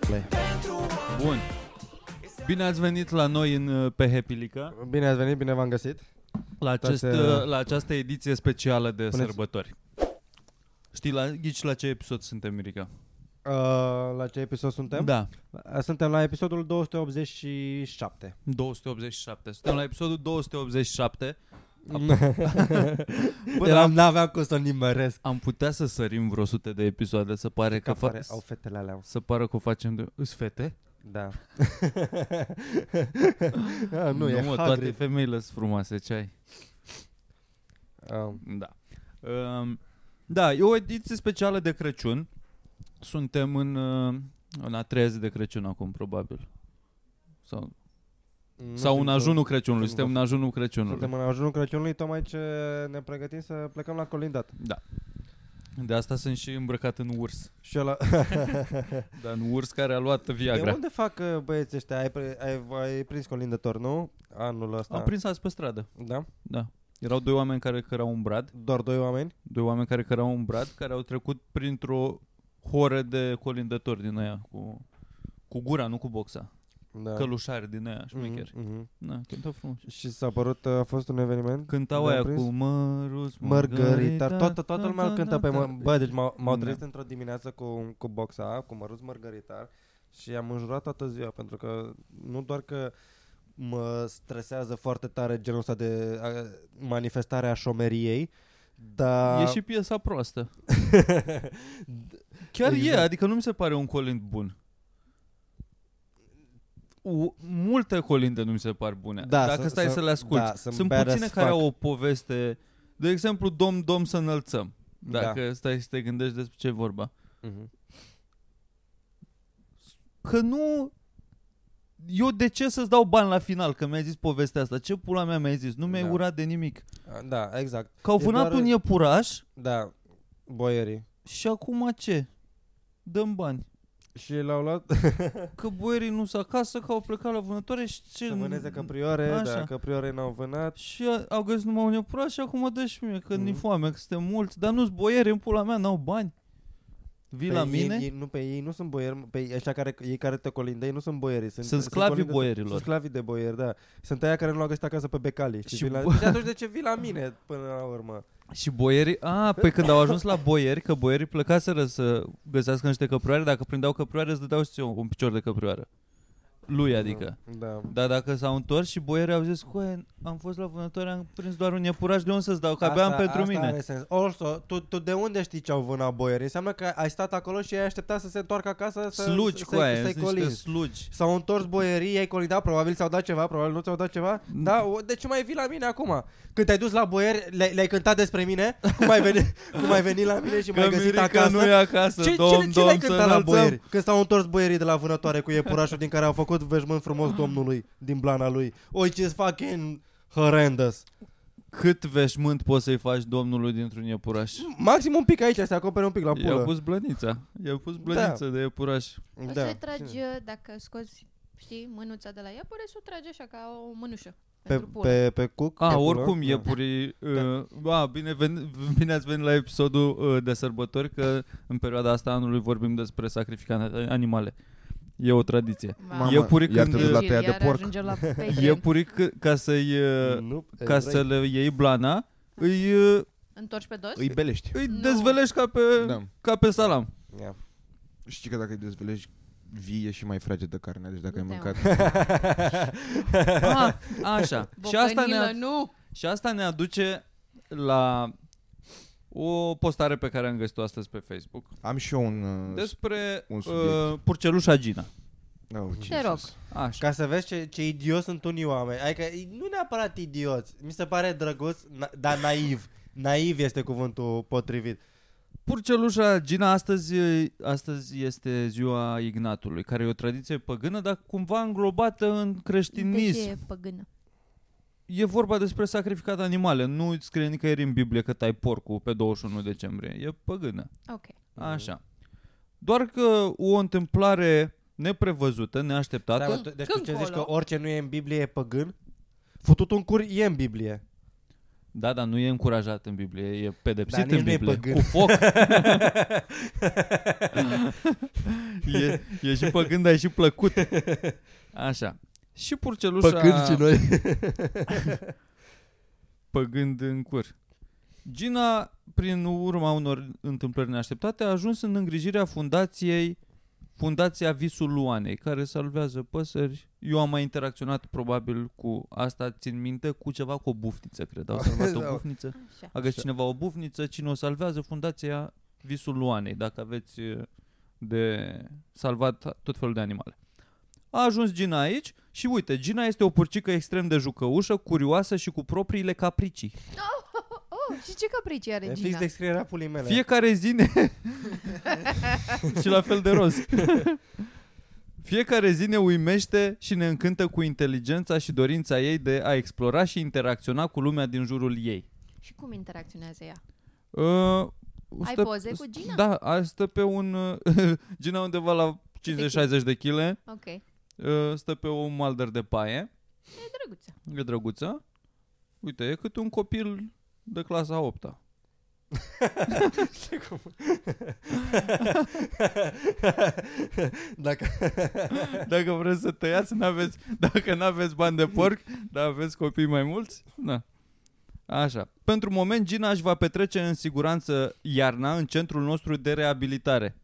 Play. Bun. Bine ați venit la noi în uh, pe Hepilica, Bine ați venit, bine v-am găsit. Uh, la, acest, Toate- uh, la această ediție specială de Puneți- sărbători. Știi, la, ghici la ce episod suntem, Mirica? Uh, la ce episod suntem? Uh, Da, Suntem la episodul 287. 287. Suntem la episodul 287. Bă, Bă, dar Eram, am, n-aveam cum să nimeresc. am putea să sărim vreo sute de episoade, să pare că, Că fa- apare, au fetele alea. să pară că o facem de... Îs fete? Da. ah, nu, e mă, toate Hagrid. femeile sunt frumoase, ce ai? Ah, Da. Um, da, e o ediție specială de Crăciun. Suntem în, uh, în a treia zi de Crăciun acum, probabil. Sau, nu sau în știu, ajunul Crăciunului. suntem Suntem în ajunul Crăciunului. Suntem în ajunul Crăciunului, tocmai ce ne pregătim să plecăm la colindat. Da. De asta sunt și îmbrăcat în urs. Și ăla... Dar în urs care a luat De Viagra. unde fac uh, băieții ăștia? Ai, pre- ai, ai prins colindător, nu? Anul ăsta. Am prins azi pe stradă. Da? Da. Erau doi oameni care cărau un brad, Doar doi oameni? doi oameni care cărau un brad, care au trecut printr-o horă de colindători din aia cu, cu gura, nu cu boxa. Da. Da. Călușari din aia, șmecheri. Mm-hmm. Mhm, mhm. Da, cântau frumos. Și s-a părut, uh, a fost un eveniment? Cântau Le-am aia prins? cu da, măruț, Mărgărita, toată, toată lumea îl cântă pe mă, Bă, deci m-au, m-au Da. trezit într-o dimineață cu, cu boxa, cu măruț mărgăritar și am înjurat toată ziua pentru că nu doar că mă stresează foarte tare genul ăsta de a, manifestare a șomeriei, dar... E și piesa proastă. Chiar Exact. e, adică nu mi se pare un colind bun. U- multe colinde nu mi se par bune. Da, Dacă să- stai să- să le asculti. da, sunt Sunt bad as puține care fuck. au o poveste. De exemplu, Dom, Dom să înălțăm. Da. Dacă stai să te gândești despre ce e vorba. Mhm. Că nu... Eu de ce să-ți dau bani la final că mi-ai zis povestea asta? Ce pula mea mi-ai zis? Nu mi-ai Da. urat de nimic. Da, exact. Că au E vânat doar- un iepuraș Da, boierii. Și acum ce? Dăm bani. Și l-au luat Că boierii nu sunt acasă, că au plecat la vânătoare și ce... să vâneze căprioare, Așa. dar căprioare n-au vânat. Și a- au găsit numai un iepuraș și acum dă și mie, că Mhm. mm. ni foame, că suntem mulți. Dar nu-s boieri, în pula mea, n-au bani. Vii Pe la ei- mine? Ei, nu, pe ei nu sunt boieri, pe ei, ăștia care, ei care te colindă, ei nu sunt boieri. Sunt, Sunt sclavii colindă- boierilor. Sunt sclavii de boieri, da. Sunt aia care nu l-au găsit acasă pe becali. Știi? Și Și la, bo- și atunci de ce vii la mine până la urmă? Și boierii... A, pe când au ajuns la boieri, că boierii plecaseră să găsească niște căprioare, dacă prindeau căprioare, îți dădeau și ție un, un picior de căprioară. Lui, adică. Da. Dar dacă s-au întors și boierii au zis, "Coe, am fost la vânătoare, am prins doar un iepuraș, de unde să-ți dau? Că abia am pentru asta mine. Are sens. Also, tu, tu, de unde știi ce au vânat boierii? Înseamnă că ai stat acolo și ai așteptat să se întoarcă acasă să, să, Slugi cu aia, să-i sunt niște colinzi. slugi. S-au întors boierii, ai colindat, probabil ți-au dat ceva, probabil nu ți-au dat ceva. Mm. Da, o- de ce mai vii la mine acum? Când te-ai dus la boieri, le-ai, le-ai cântat despre mine, cum ai venit, cum ai venit la mine și m-ai găsit acasă. nu e acasă, ce, domn, ce, ce domn, le-ai să cântat la înălțăm. boieri? Că s-au întors boierii de la vânătoare cu iepurașul din care au făcut veșmânt frumos domnului, din blana lui. Which is fucking horrendous. Cât veșmânt poți să-i faci domnului dintr-un iepuraș? Maxim un pic aici, să acopere un pic la I-au pulă. pus blănița. I-au pus blănița de iepuraș. Da. Da. Să-i tragi, dacă scoți, știi, mânuța de la iepure, să o tragi așa ca o mânușă. Pe, pentru pulă. pe, pe cuc? A, pe pulă? Ah, oricum, Da. iepurii... Uh, a, bine, ven, bine ați venit la episodul uh, de sărbători, că în perioada asta a anului vorbim despre sacrificarea animale. E o tradiție. Mamă, Iepurii iar când... te duci la Gil, tăia de iar porc. ajunge la păi, Patreon. Iepurii, c- ca să-i... Uh, Mm, Nu, ca evrei. să le iei blana, îi, uh, Întorci pe dos? Îi belești. îi Nu. dezvelești ca pe, Da. ca pe salam. Ia. Știi că dacă îi dezvelești vie și mai fragedă carnea, deci dacă ai Da. mâncat... A, așa. Ah, și, asta Bocănilă, ne, nu! și asta ne aduce la o postare pe care am găsit-o astăzi pe Facebook Am și eu un... uh, despre un uh, subiect. purcelușa Gina. Oh, Te rog. Jesus. Așa. Ca să vezi ce, ce idioți sunt unii oameni. Adică ei- nu neapărat idioți. Mi se pare drăguț, na- dar naiv. Naiv este cuvântul potrivit. Purcelușa Gina astăzi, astăzi este ziua Ignatului, care e o tradiție păgână, dar cumva înglobată în De ce creștinism. e păgână? E vorba despre sacrificat animale. Nu îți scrie nicăieri în Biblie că tai porcul pe 21 decembrie. E păgână. Ok. Mhm. Așa. Doar că o întâmplare neprevăzută, neașteptată. Stai, mă, tu- deci tu Când ce zici că colo? orice nu e în Biblie e păgân? Futut un cur e în Biblie. Da, dar nu e încurajat în Biblie, e pedepsit Dar nici în nu e Biblie. păgân. Cu foc. e, e și păgân, dar e și plăcut. Așa. Și purcelușa... noi. păgând în cur. Gina, prin urma unor întâmplări neașteptate, a ajuns în îngrijirea fundației Fundația Visul Luanei, care salvează păsări. Eu am mai interacționat probabil cu asta, țin minte, cu ceva cu o bufniță, cred. Au salvat o Da. bufniță. Așa. A găsit cineva o bufniță, cine o salvează? Fundația Visul Luanei, dacă aveți e, de salvat tot felul de animale. A ajuns Gina aici și uite, Gina este o purcică extrem de jucăușă, curioasă și cu propriile capricii. Oh, și ce capricii are E Gina? fix descrierea pulii mele. Fiecare zi ne... și la fel de roz. Fiecare zi ne uimește și ne încântă cu inteligența și dorința ei de a explora și interacționa cu lumea din jurul ei. Și cum interacționează ea? Uh, Ai poze cu Gina? Da, a- stă pe un... Uh, Gina undeva la 50-60 de chile, Ok. E uh, stă pe un malder de paie, drăguță. e drăguță. Uite, e cât un copil de clasa 8 -a. Dacă Dacă vreți să tăiați, n-aveți, dacă nu aveți bani de porc, dar aveți copii mai mulți, na. Așa. Pentru moment, Gina își va petrece în siguranță iarna în centrul nostru de reabilitare.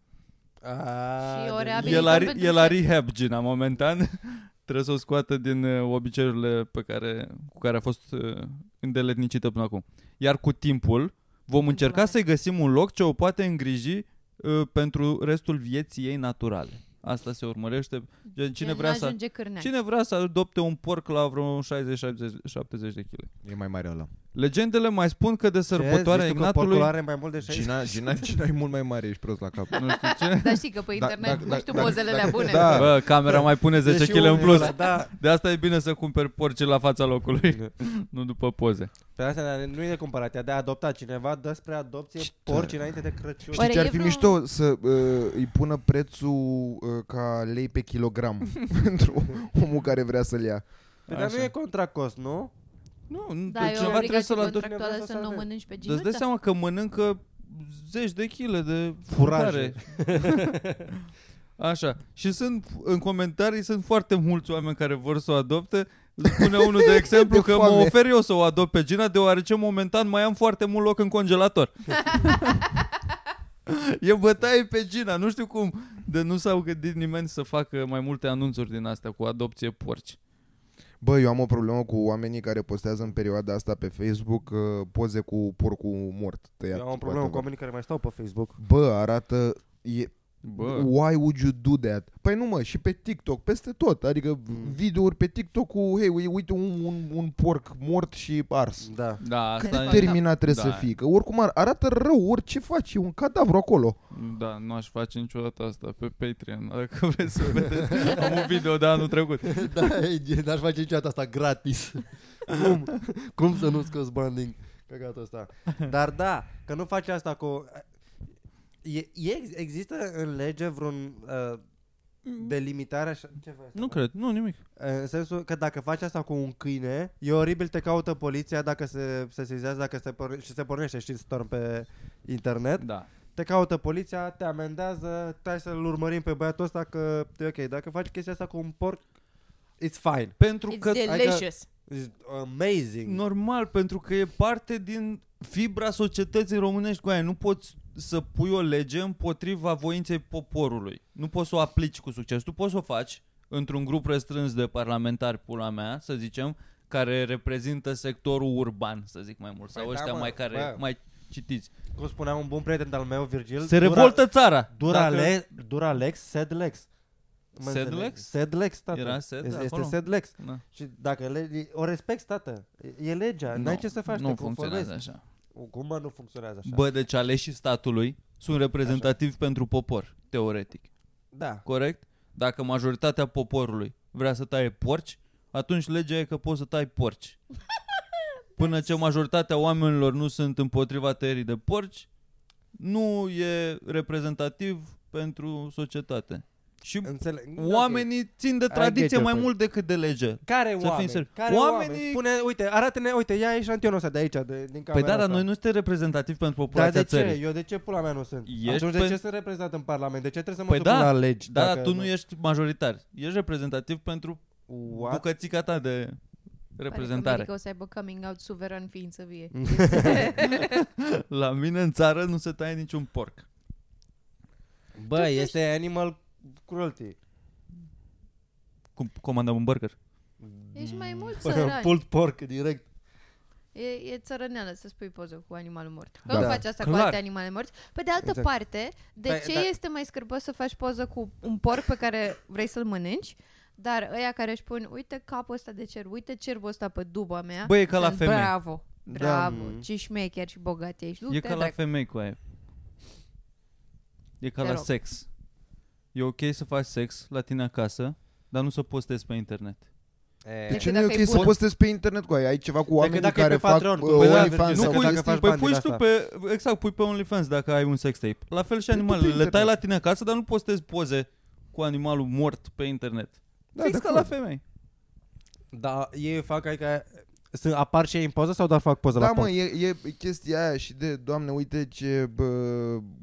A, Și o deci- reabilitare. E la, Reabilităm ri- pentru e la ce? rehab, Gina, momentan. Trebuie să o scoată din uh, obiceiurile pe care, cu care a fost uh, îndeletnicită până acum. Iar cu timpul, vom încerca Doamne. să-i găsim un loc ce o poate îngriji uh, pentru restul vieții ei naturale. Asta se urmărește. Gen, Cine El vrea să... ajunge cârnea. Cine vrea să adopte un porc la vreo 60-70 de kg? E mai mare ăla. Legendele mai spun că de sărbătoarea Zici tu că porcul Ignatului... are mai mult de 60. Gina, Gina, Gina e mult mai mare, ești prost la cap. Nu știu ce. Dar știi că pe internet da- nu știu da- pozele da- alea bune. da. Bă, camera mai pune 10 kg în plus. Da, De asta e bine să cumperi porci la fața locului, nu după poze. pe asta dar nu e de comparat, e de a adopta cineva dă spre adopție porci înainte de Crăciun. Păi, Oare Știi ce ar e fi vreo- mișto? Să uh, îi pună prețul uh, ca lei pe kilogram pentru omul care vrea să-l ia. Păi, dar nu Așa. e contra cost, nu? Nu, nu, Da, e o cineva trebuie să-l obligație adopte. Cineva contractuală să să nu salveze. mănânci pe Dar Deci îți dai Gina. seama că mănâncă zeci de chile de Furaje. mâncare. Așa. Și sunt, în comentarii sunt foarte mulți oameni care vor să o adopte. Spune unul de exemplu De că mă foame. ofer eu să o adopt pe Gina deoarece momentan mai am foarte mult loc în congelator. E bătaie pe Gina, nu știu cum De nu s-au gândit nimeni să facă mai multe anunțuri din astea cu adopție porci Bă, eu am o problemă cu oamenii care postează în perioada asta pe Facebook uh, poze cu porcul mort. Tăiat, Eu am o problemă cu whatever. oamenii care mai stau pe Facebook. Bă, arată... E, Bă, Why would you do that? Păi nu mă, și pe TikTok, peste tot. Adică Mm. videouri pe TikTok cu, hei, ui- uite un, un, un porc mort și ars. Da. da, Cât asta de e- terminat trebuie Da. să fii? Că oricum ar, arată rău orice faci, e un cadavru acolo. Da, nu aș face niciodată asta pe Patreon. Dacă vreți să vedeți, am un video de anul trecut. Da, e- n-aș face niciodată asta gratis. Cum? Cum să nu scoți bani din căcatul ăsta? Dar da, că nu faci asta cu... E, e, există în lege vreun uh, delimitare așa? Ce faci? Nu cred, nu nimic. În sensul că dacă faci asta cu un câine, e oribil, te caută poliția dacă se, se sesizează dacă se por- și se pornește și storm pe internet. Da. Te caută poliția, te amendează, hai să-l urmărim pe băiatul ăsta că e ok. Dacă faci chestia asta cu un porc, it's fine. Pentru It's că adică- adică, delicious. It's amazing. normal, pentru că e parte din fibra societății românești cu aia. Nu poți să pui o lege împotriva voinței poporului. Nu poți să o aplici cu succes. Tu poți să o faci într-un grup restrâns de parlamentari, pula mea, să zicem, care reprezintă sectorul urban, să zic mai mult, sau Păi da, ăștia mă, mai care bă. mai citiți. Cum spunea un bun prieten al meu, Virgil, Se revoltă țara. Dura, Dacă- Durale, Duralex, Sedlex. Mă Sedlex? înțelegi? Sedlex, tată. Era sed este, este acolo? Sedlex. Da. Și dacă le, o respect, tată, e legea, Nu, n-ai ce să faci, nu te conformezi. funcționează așa. Cum mă, nu funcționează așa? Bă, deci aleșii statului sunt reprezentativi pentru popor, teoretic. Da. Corect? Dacă majoritatea poporului vrea să taie porci, atunci legea e că poți să tai porci. Până ce majoritatea oamenilor nu sunt împotriva tăierii de porci, nu e reprezentativ pentru societate. Și Înțeleg. oamenii țin de tradiție get your mai point. mult decât de lege. Care fim oameni? seri. Care Oamenii- oameni? Spune, uite, arată-ne, uite, ia eșantionul ăsta de aici, de, din camera Păi da, dar asta. noi nu suntem reprezentativi pentru Dar populația de ce? țării. Eu de ce pula mea nu sunt? Ești Atunci de pe- ce sunt reprezentat în Parlament? De ce trebuie să mă Păi supun da, la legi? Da, dacă dar tu nu ești majoritar. Ești reprezentativ pentru Păi, What? bucățica ta de reprezentare. Adică o să aibă coming out suveran ființă vie. La mine în țară nu se taie niciun porc. Bă, este animal cruelty. Cum comandăm un burger. Ești mai mult Păi, Până săran. pulled pork direct. E, e țărăneală să spui poză cu animalul mort. Că Da. nu faci asta Clar. cu alte animale morți. Pe de altă Exact. parte, de Păi, ce da. este mai scârbos să faci poză cu un porc pe care vrei să-l mănânci, dar ăia care își pun, uite capul ăsta de cer, uite cerbul ăsta pe duba mea. Bă, e ca la sunt femei. Bravo, bravo, Mhm. ce șmecher și bogat ești. Du-te, E ca la dracu. femei cu aia. E ca Te la rog. sex. E ok să faci sex la tine acasă, dar nu să postezi pe internet. E, De Decât Deci ce nu e dacă e ok să bun. postezi pe internet cu aia? Ai ceva cu oamenii dacă e care pe fac Patreon, uh, cum- Păi da, OnlyFans Virgil, sau că pui, dacă chestii? faci păi bani pui din și tu asta. pe, exact, pui pe OnlyFans dacă ai un sex tape. La fel și tu Păi, pe animalele, le tai internet. la tine acasă, dar nu postezi poze cu animalul mort pe internet. Da, Fix de ca la acord. femei. Da, ei fac, adică, sunt, apar și ei în poză sau doar fac poză Da, la mă, post? e, e chestia aia și de, doamne, uite ce bă,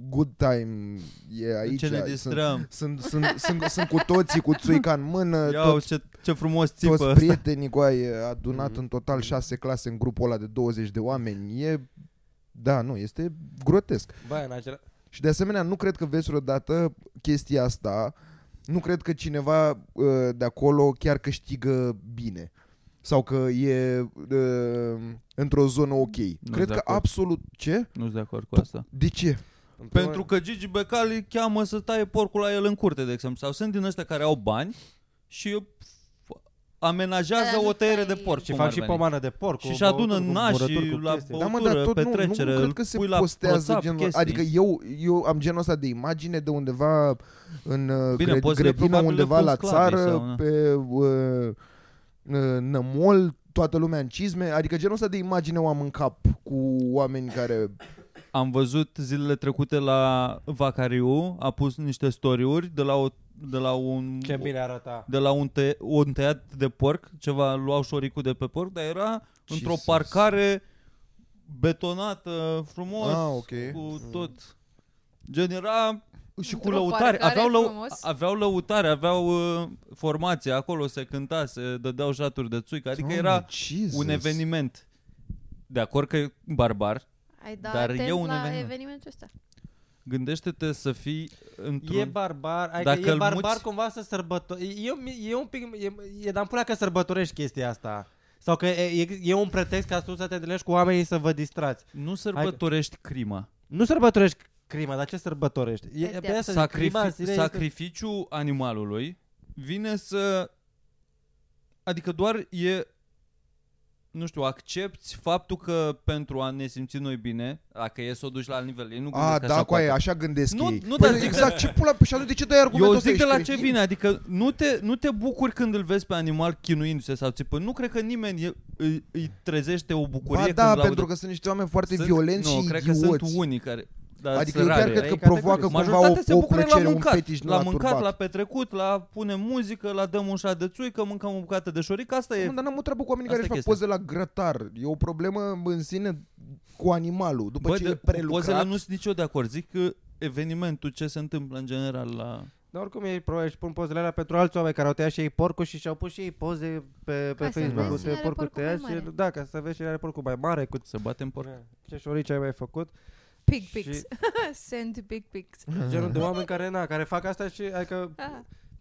good time e aici. ce ne distrăm. Sunt, sunt, sunt, sunt, sunt cu toții cu țuica în mână, Ia tot, uite ce, ce frumos țipă toți ăsta. prietenii cu aia, e adunat Mhm. în total șase clase în grupul ăla de 20 de oameni. E, da, nu, este grotesc. Bă, în acela... Și de asemenea, nu cred că vezi vreodată chestia asta, nu cred că cineva uh, de acolo chiar câștigă bine sau că e uh, într-o zonă ok. Nu cred de că acord. absolut ce? Nu sunt de acord cu asta. De ce? În primul Pentru rând- că Gigi Becali îi cheamă să taie porcul la el în curte, de exemplu. Sau sunt din ăștia care au bani și f- amenajează Dar nu o tăiere tai- de porc. Și cum fac ar și veni. pomană de porc. Și-și adună nașii la bă... Da, mă, dar tot nu, nu petrecere, cred îl că se pui la postează WhatsApp, genul chestii. Adică eu, eu am genul ăsta de imagine de undeva în uh, Bine, Gre- pozele grădină, probabil le undeva pun la sclavii țară, sau, na. pe uh, uh, nămol, toată lumea în cizme. Adică genul ăsta de imagine o am în cap cu oameni care... Am văzut zilele trecute la Vacariu, a pus niște story-uri de la, o, de la un... Ce bine arăta. de la un, tăie, un tăiat de porc, ceva luau șoricul de pe porc, dar era într-o Jesus. parcare betonată, frumos, Ah, ok. cu tot. Gen era și cu Într-o lăutare, parcare aveau, lău, frumos. aveau lăutare, aveau uh, formație, acolo se cânta, se dădeau jaturi de țuică, adică Doamne, era Jesus. un eveniment. De acord că e barbar, Ai dat Dar Dar e e un la eveniment. evenimentul ăsta. gândește-te să fii într-un... E barbar, adică Dacă e îl barbar muți- cumva să sărbătorești. E, e, e un pic, e, e dar pula că sărbătorești chestia asta. Sau că e, e, e un pretext ca tu să te întâlnești cu oamenii să vă distrați. Nu sărbătorești crima. Nu sărbătorești crima, dar ce sărbătorești? E, Pedeapsă. pe asta zic, crima în Sacrifi- sine sacrificiul animalului vine să... Adică doar e... Nu știu, accepti faptul că pentru a ne simți noi bine, dacă e să o duci la nivel, ei nu A, gândesc da, așa cu aia, poate. așa gândesc Nu- ei. nu, Păi dar zic- exact, ce pula, și atunci de ce dai argumentul Eu ăsta? zic de Ești la ce cretin? vine, adică nu te, nu te bucuri când îl vezi pe animal chinuindu-se sau țipând. Nu cred că nimeni e- îi, îi trezește o bucurie Ba când da, l-aude. pentru că sunt niște oameni foarte Sunt- violenți nu, și cred idioți. că sunt unii care... Dar Adică eu sunt chiar rare. cred că Trei categorii. provoacă cumva o, Majoritatea se o bucură plăcere, la un mâncat, fetiș la mâncat, neaturbat. la petrecut, la pune muzică, la dăm un șat de țuică, mâncăm o bucată de șoric, asta e... Nu, dar n-am o treabă cu oamenii Asta care își e fac poze la grătar. E o problemă în sine cu animalul. După ce e de, cu pozele prelucrat, nu sunt nicio de acord, zic că evenimentul, ce se întâmplă în general la... Dar oricum ei probabil își pun pozele alea pentru alți oameni care au tăiat și ei porcul și și-au pus și ei poze pe, pe Ca să Facebook. vezi Uite, cine are porcul mai și, mare. da, ca să vezi cine are porcul mai mare, cu Să batem porc. ce șorici ai mai făcut. Pig Și- pics. Send big pics. Genul de oameni care, na, care fac asta și adică Ah.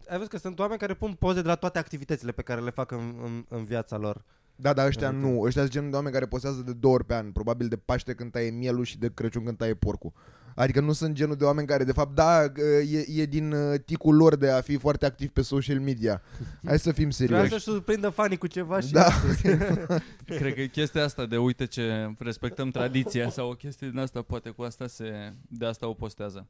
ai văzut că sunt oameni care pun poze de la toate activitățile pe care le fac în, în, în viața lor. Da, dar ăștia nu. Ăștia sunt genul de oameni care postează de două ori pe an. Probabil de Paște când taie mielul și de Crăciun când taie porcul. Adică nu sunt genul de oameni care, de fapt, da, e, e din uh, ticul lor de a fi foarte activ pe social media. Hai să fim Vreau serioși. să-și surprindă fanii cu ceva și... Da. Cred că chestia asta de uite ce respectăm tradiția sau o chestie din asta, poate cu asta se... de asta o postează.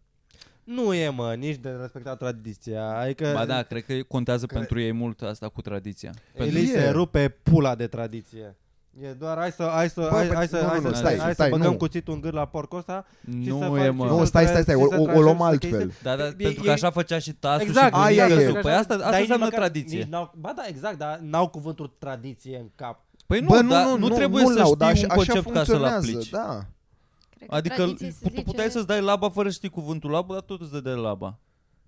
Nu e, mă, nici de respectat tradiția. Adică Ba da, cred că contează pentru ei mult asta cu tradiția. Eli Pentru- se rupe pula de tradiție. E doar hai să, hai să, Bă, hai, bă, hai să, nu, hai nu, să, nu, stai, hai stai, să băgăm nu. cuțitul în gât la porcul ăsta. și să Nu faci- e, și mă. Nu, să stai, tra- stai, stai, și o- să o luăm tranjezi altfel. chestii. Da, da, E- pentru e- că așa făcea și tasul Exact, și aia aia e. Păi asta, asta Dar ei înseamnă măcar tradiție. nici n-au- ba da, exact, dar n-au cuvântul tradiție în cap. Păi nu, Bă, dar nu, trebuie nu-l să laud, știi dar un așa- concept așa ca să-l funcționează, aplici. Da. Cred că Adică Păi, tradiție se tu zice- puteai să-ți dai laba fără să știi cuvântul laba, dar tot îți dădeai laba.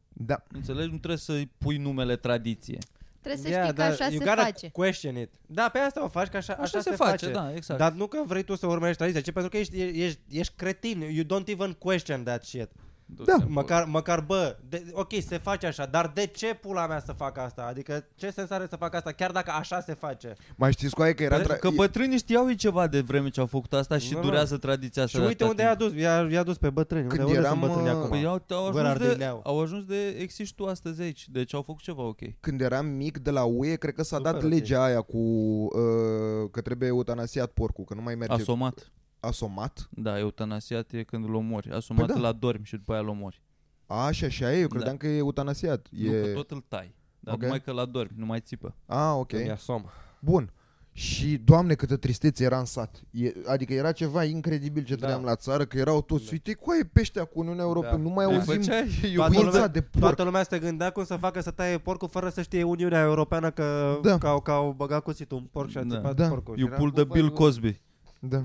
Da. Înțelegi? Nu trebuie să-i pui numele tradiție. Trebuie să Yeah, știi că dar așa you se gotta face. question it. Da, pe asta o faci, că așa, Așa, se, face, da, exact. Dar nu că vrei tu să urmărești tradiția, ci pentru că ești, ești, ești cretin. You don't even question that shit. da, Du-te acolo. Măcar, măcar bă, de, ok, se face așa, dar de ce pula mea să fac asta? Adică ce sens are să fac asta, chiar dacă așa se face? Mai știți cu aia că era... Pentru tra- Păi, că bătrânii știau ei ceva de vreme ce au făcut asta și Nu, nu. durează tradiția asta. Și uite unde i-a dus, i-a, i-a dus pe bătrâni. Când unde, eram, unde sunt bătrâni uh, acum? Păi au, au, Gura ajuns de, Ardileau. au ajuns de existi tu astăzi aici, deci au făcut ceva ok. când eram mic de la UE, cred că s-a Super, dat ok. legea aia cu uh, că trebuie eutanasiat porcul, că nu mai merge Asomat. asomat. Da, eutanasiat e când îl omori. Asomat Păi da. îl adormi și după aia îl omori. Așa, așa e, eu credeam că e eutanasiat. Da. Nu că E... tot îl tai. Dar Ok. numai că îl adormi, nu mai țipă. A, ok. Îmi asom. Bun. Și, doamne, câtă tristețe era în sat. E, adică era ceva incredibil ce Da. trăiam la țară, că erau toți, Da. uite, cu aia e peștea cu Uniunea Europeană, Da. nu mai Da. auzim Făceai Toată uința lumea- de porc. Toată lumea se gândea cum să facă să taie porcul fără să știe Uniunea Europeană că, Da. da. că, au, că au băgat cuțitul un porc și a Da. țipat Da. porcul. Și You era- pull the cu Bill valul- Cosby. Da.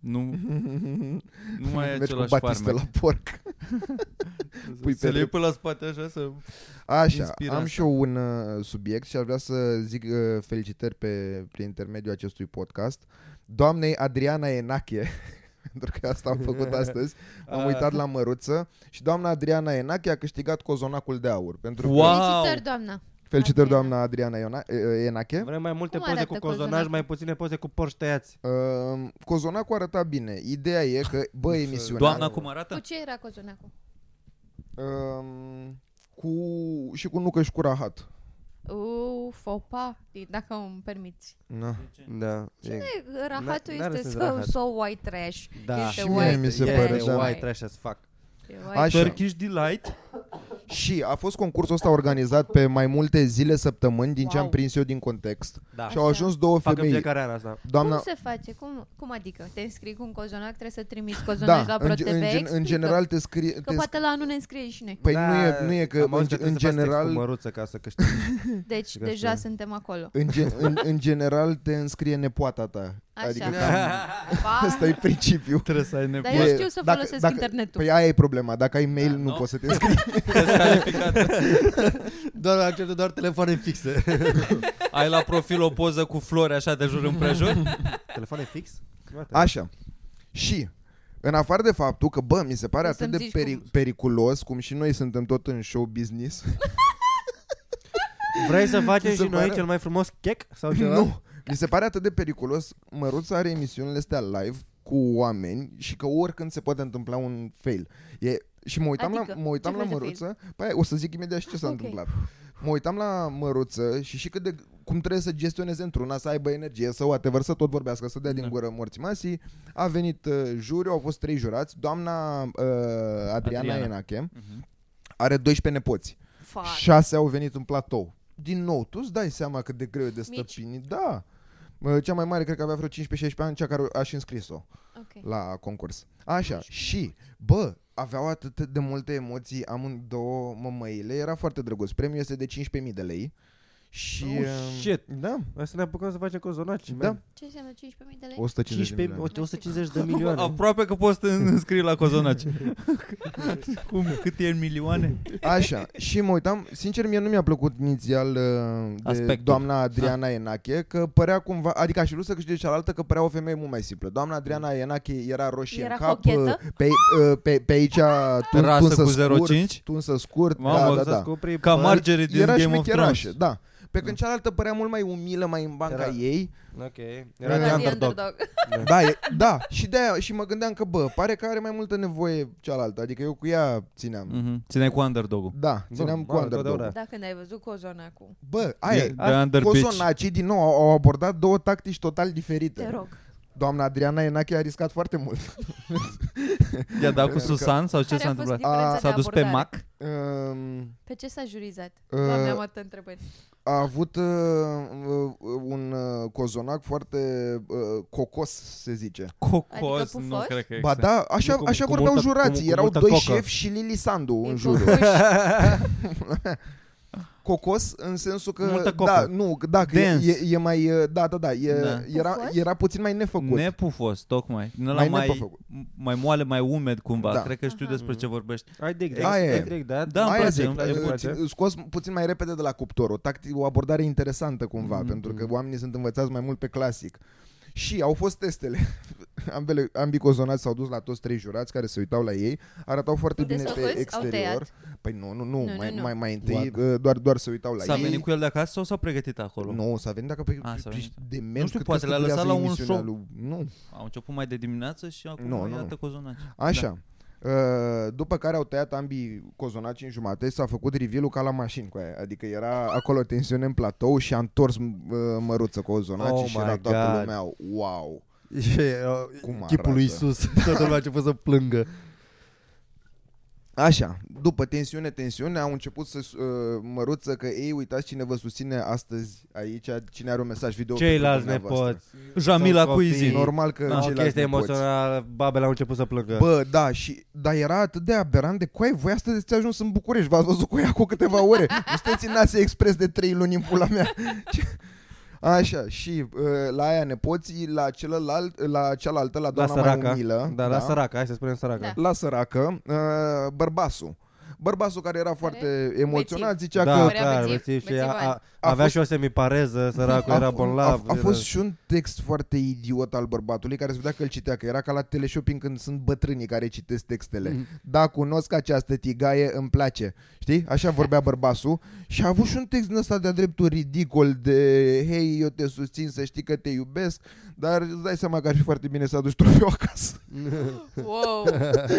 Nu, nu mai e Mergi cu același Batiste farmec. la porc. pui Să pe le iei pe la spate așa să... Așa, Inspira am asta. și eu un uh, subiect și aș vrea să zic uh, felicitări pe, prin intermediul acestui podcast. Doamnei Adriana Enache, pentru că asta am făcut astăzi, Ah. am uitat la măruță și doamna Adriana Enache a câștigat cozonacul de aur. Pentru că, Wow! Felicitări, doamna. felicitări Adriana. doamna Adriana Iona, e- e- Enache. Vrem mai multe Cum poze arată cu cozonaj, cozonacul? mai puține poze cu porci tăiați. Uh, cozonacul arăta bine. Ideea e că, bă, emisiunea... Doamna cum arată? Cu ce era cozonacul? Um, cu, și cu nucă și cu rahat. Uf, fopa, dacă îmi permiți. Na. Da. e- E, Rahatul n-are este sens so, rahat. so white trash. Da. Este Și mie white mi se trash. pare, Este da. white trash as fuck. E white Așa. Turkish Delight. Și a fost concursul ăsta organizat pe mai multe zile, săptămâni, din ce Wow. am prins eu din context. Da. Și au ajuns două Fac în femei. fiecare an asta. Doamna, Cum se face? Cum, cum adică? Te înscrii cu un cozonac, trebuie să trimiți cozonac da, la în, ProTV? ge- în, gen- în Explică. general te scrie... Că Te sc- poate la anul ne înscrie și noi. păi da, nu, e, nu e că am în, auzit că în trebuie să faci text Cu general... măruță ca să câștigi. Deci Că deja așa. suntem acolo. În, gen- în, în general te înscrie nepoata ta. Așa. Adică cam, Da. Pa! asta e principiul. Trebuie să ai Dar nevoie. eu E, știu să dacă- folosesc dacă- internetul. Păi aia e problema. Dacă ai mail, Da, nu nu? poți să te înscrii. Descalificat. Doar acceptă doar telefoane fixe. Ai la profil o poză cu flori așa de jur împrejur? Telefoane fix? Gata. Așa. Și în afară de faptul că, bă, mi se pare Nu atât să-mi de zici peri- cum- periculos, cum și noi suntem tot în show business. Vrei să facem Mi se și noi pare- cel mai frumos chec sau ceva? Nu, mi se pare atât de periculos. Măruța are emisiunile astea live cu oameni și că oricând se poate întâmpla un fail. E, și mă uitam Adică, la, mă uitam ce la fel de măruță, păi o să zic imediat și ce s-a Ok. întâmplat. Mă uitam la măruță și și cât de cum trebuie să gestioneze într-una, să aibă energie, să whatever, să tot vorbească, să dea din Da. gură morții masii. A venit uh, juriu, au fost trei jurați. Doamna uh, Adriana, Adriana Adriana. Mhm. Enache are 12 nepoți. Fuck. Șase au venit în platou. Din nou, tu îți dai seama cât de greu e de Mici. stăpinit. Da. Mă, Cea mai mare cred că avea vreo 15-16 ani, cea care a și înscris-o Ok. la concurs. Așa, și, bă, aveau atât de multe emoții amândouă mămăile, era foarte drăguț. Premiul este de 15.000 de lei. Și, Oh, uh, shit. Da, Hai să ne apucăm să facem cozonaci. Da. man. Ce înseamnă 15.000 de lei? 150 de 15, milioane. 150 de milioane. Aproape că poți să te înscrii la cozonaci. Cum? Cât e în milioane? Așa, și mă uitam, sincer mie nu mi-a plăcut inițial uh, de Aspectul. doamna Adriana Enache, că părea cumva, adică aș fi vrut să câștige cealaltă, că părea o femeie mult mai simplă. Doamna Adriana Enache era roșie Era în cap, cochetă? uh, pe, uh, pe, pe aici tun, Rasă tunsă cu scurt, 0,5? tunsă scurt, Mamă, da, da, Să da. scopri Ca bani. Margerie din Era Game of Thrones. șmecherașă, da. Pe când cealaltă părea mult mai umilă, mai în banca Era- ei. Ok. Era Era de de underdog. Da, e, da. Și, de și mă gândeam că, bă, pare că are mai multă nevoie cealaltă, adică eu cu ea țineam. Mhm. Ține cu underdog-ul. Da, țineam cu mamă, underdog. totdeauna. Da, când ai văzut cozonacul. Bă, aia, De underbeach. Cozonacii din nou au, au abordat două tactici total diferite. Te rog. doamna Adriana Enache a riscat foarte mult. I-a dat cu Susan sau ce Care s-a a fost întâmplat? diferența A, de S-a dus pe abordare? Mac? Um, Pe ce s-a jurizat? Uh, Doamne, am atât întrebări. a avut uh, uh, un uh, cozonac foarte uh, cocos, se zice. Cocos, Adică nu pufos? cred că exact. Ba există. da, așa, Nu, cu- așa cu vorbeau multă- jurații. cu- cu Erau multă doi cocă. șefi și Lili Sandu E în jurul. cocuș. Cocos în sensul că Multă cocă. da, nu, că da, că Dens. e, e, e mai uh, da, da, da, e, Da. Era, Pufos? era puțin mai nefăcut. Nepufos, tocmai. Din ăla Mai mai, nepăfăcut. mai moale, mai umed cumva. Da. Cred că știu Aha. despre ce vorbești. I dig that. Aia e. I dig that. Da, îmi Aia place, zic, îmi place, uh, îmi place. ți- scos scos mai repede de la cuptor, o, tactic, o abordare interesantă cumva, Mhm. pentru că oamenii sunt învățați mai mult pe clasic. Și au fost testele. Ambele, ambii cozonați s-au dus la toți trei jurați care se uitau la ei, arătau foarte bine Destăcuți? pe Au exterior. tăiat? Păi nu, nu, nu, Nu, nu, mai, nu. mai, mai întâi uh, doar, doar se uitau la S-a ei. venit cu el de acasă sau s-a pregătit acolo? Nu, s-a venit dacă pe, A, A, s-a venit. de men, Nu știu, cât poate crezi le-a că lăsat durează la un emisiunea show. lui- Nu, Au început mai de dimineață și acum Nu, nu, iată nu. cozonaci. Da. Da. așa. Uh, După care au tăiat ambii cozonaci în jumate și s-a făcut reveal ca la mașini cu aia. Adică era acolo tensiune în platou și a întors uh, măruță cozonacii Oh și my era toată God. lumea wow. Cum Cum Chipul lui arată? Isus. Toată lumea a început să plângă. Așa, după tensiune, tensiune, au început să uh, măruță că ei, uitați cine vă susține astăzi aici, cine are un mesaj video. pentru Ceilalți dumneavoastră." nepoți. Da. Jamila Sau cu copii. Izzy. Nor- Normal că Da, o ceilalți chestie nepoți. emoțională, babele au început să plângă. Bă, da, și, dar era atât de aberant de coai, voi astăzi ați ajuns în București, v-ați văzut cu ea cu câteva ore, nu sunteți în Asia Express de 3 luni în pula mea. Ce- Așa, și uh, la aia nepoții, la celălalt, la cealaltă, la la doamna mai săraca. umilă, Da, la săraca, hai să spunem săraca. Da. la săracă, uh, bărbasul. Bărbasul care era foarte emoționat, Bețiv. zicea da, că Părea clar, bețiv, bețiv și bețiv a, ani. a, A avea fost- și o semipareză, săracul era bolnav. a, a fost și un text foarte idiot al bărbatului care se vedea că îl citea, că era ca la teleshopping când sunt bătrânii care citesc textele. Mm. Da, cunosc această tigaie, îmi place. Știi? Așa vorbea bărbasul și a avut și un text din ăsta de-a dreptul ridicol de hei, eu te susțin să știi că te iubesc, dar îți dai seama că ar fi foarte bine să aduci trofeu acasă. Wow,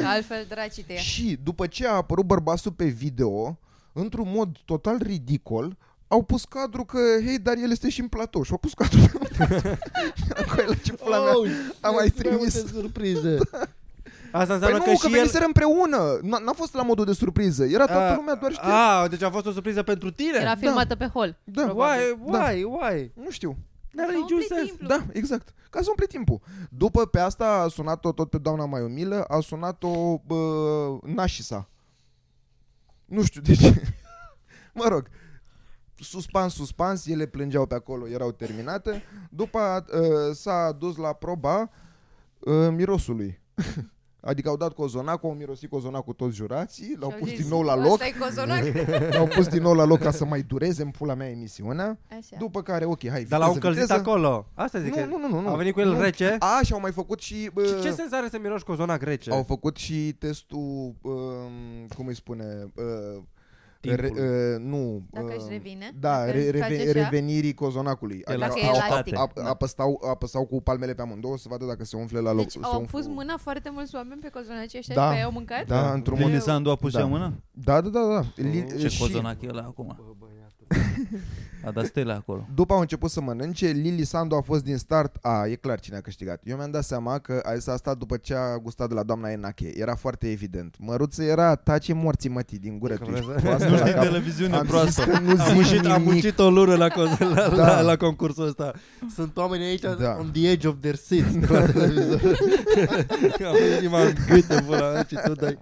altfel dracii te ia. Și după ce a apărut bărbatul pe video, într-un mod total ridicol, au pus cadru că, hei, dar el este și în platou și au pus cadru pe platou. la ce pula mea am mai trimis. surprize. Asta Păi înseamnă nu, că, că, și el... veniseră împreună. N- N-a fost la modul de surpriză. Era toată A, lumea doar știa. A, deci a fost o surpriză pentru tine? Era filmată pe hol. da, Why, Da. why, why? Nu știu. N-are S-a niciun umplit sens. timpul. Da, exact. Ca să umpli timpul. După pe asta a sunat-o tot pe doamna mai umilă, a sunat-o bă, nașisa. Nu știu de ce. mă rog. Suspans, suspans, ele plângeau pe acolo, erau terminate. După a- uh, s-a dus la proba uh, mirosului. adică au dat cozonacul, au mirosit cozonacul toți jurații, l-au Și-au pus zis, din nou la loc, Ăsta e cozonac. l-au pus din nou la loc ca să mai dureze în pula mea emisiunea. Așa. După care, ok, hai, Dar l-au viteză, încălzit viteză. acolo. Asta zic. Nu, nu, nu, nu, nu. A venit cu el nu. rece. A, și au mai făcut și... Bă, Ce, ce sens are să miroși cozonac rece? Au făcut și testul, um, cum îi spune... Uh, Timpul. uh, nu... Dacă uh, își revine? Da, Dacă re, își reve, face așa? revenirii cozonacului. Dacă Adică e au- elastic. ap- Da. apăsau, apăsau cu palmele pe amândouă să vadă dacă se umfle la loc. Deci se au umflă. pus mâna foarte mulți oameni pe cozonacii ăștia Da. da. și pe ei au mâncat? Da, într-un Lili mod... Sandu a pus Da. ea mână? Da, da, da, da. Li- Ce și- cozonac e ăla acum? A dat stele acolo. După au început să mănânce, Lili Sandu a fost din start, a, e clar cine a câștigat. Eu mi-am dat seama că a zis asta după ce a gustat de la doamna Enache. Era foarte evident. Măruță era, tace morții mătii din gură. Tu ești proastă Nu la știi cap." televiziune Da, Am zis proastă. că nu Am zici muncit, am nimic. muncit o lună la, co- la, da. Da. la, la concursul ăsta. Sunt oameni aici Da. da. on the edge of their seats la televizor. am inima în gât în pula mea și tu dai.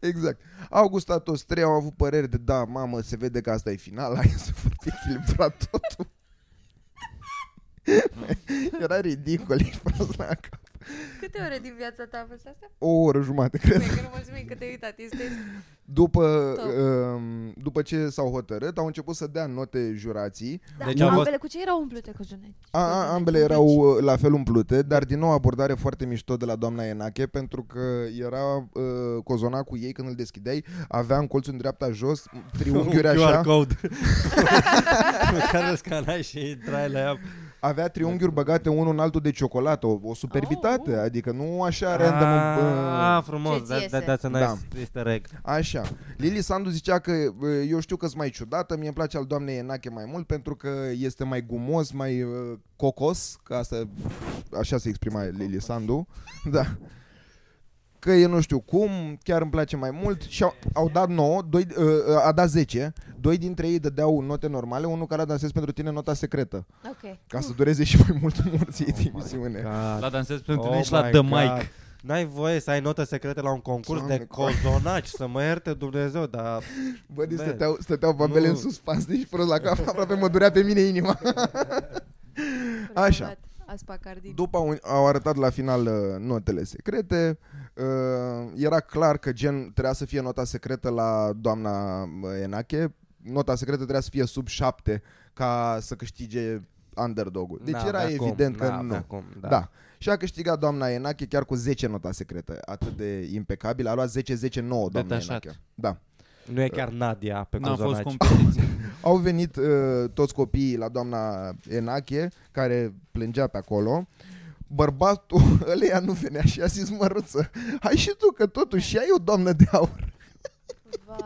Exact. Au gustat toți trei, au avut păreri de da, mamă, se vede că asta e final, hai să foarte echilibrat totul. Era ridicol, ești prost la cap. Câte ore din viața ta a fost asta? O oră jumate, cred. Bine, că nu mulțumim că te-ai uitat. Este... După, Top. um, după ce s-au hotărât, au început să dea note jurații. Da, Deci deci a fost- ambele, cu ce erau umplute cozonaci? A, deci a, ambele erau uh, la fel umplute, dar din nou abordare foarte mișto de la doamna Enache, pentru că era uh, cozona cu ei când îl deschideai, avea în colțul în dreapta jos, triunghiuri QR așa, code. Pe care îl scanai și intrai la ea. avea triunghiuri băgate unul în altul de ciocolată, o, o superbitate, Oh, uh. adică nu așa random. Da. Ah, Uh, frumos. Ce ți That, that, that's a iese? nice easter egg. așa. Lili Sandu zicea că uh, eu știu că sunt mai ciudată, mie îmi place al doamnei Enache mai mult pentru că este mai gumos, mai uh, cocos, că asta așa se exprima Lili Sandu, da. Că e nu știu cum, chiar îmi place mai mult și au, au dat 9, doi, uh, uh, a dat 10, doi dintre ei dădeau note normale, unul care a dansez pentru tine nota secretă, Ok. ca să dureze și mai mult morții oh de emisiune. La dansez pentru Oh tine și la my The God. Mike. N-ai voie să ai notă secrete la un concurs Doamne, de cum- cozonaci, să mă ierte Dumnezeu, dar Bă, deci Man. stăteau, stăteau babele Nu. în suspans, deci prost la cap, aproape mă durea pe mine inima. Așa. Aspacardin. După au, au arătat la final uh, notele secrete, uh, era clar că gen trebuia să fie nota secretă la doamna uh, Enache, nota secretă trebuia să fie sub 7 ca să câștige underdog-ul. Deci n-a era avea cum, evident n-a că avea nu. Cum, da. Da. da. Și a câștigat doamna Enache chiar cu 10 nota secretă, atât de impecabil, a luat 10-10-9 doamna Detașat. Enache. Da. Nu e chiar Nadia pe N-a fost cozonaci. competiție. Au venit uh, toți copiii la doamna Enache, care plângea pe acolo. Bărbatul ăleia nu venea și a zis, măruță, hai și tu, că totuși ai o doamnă de aur. Vai.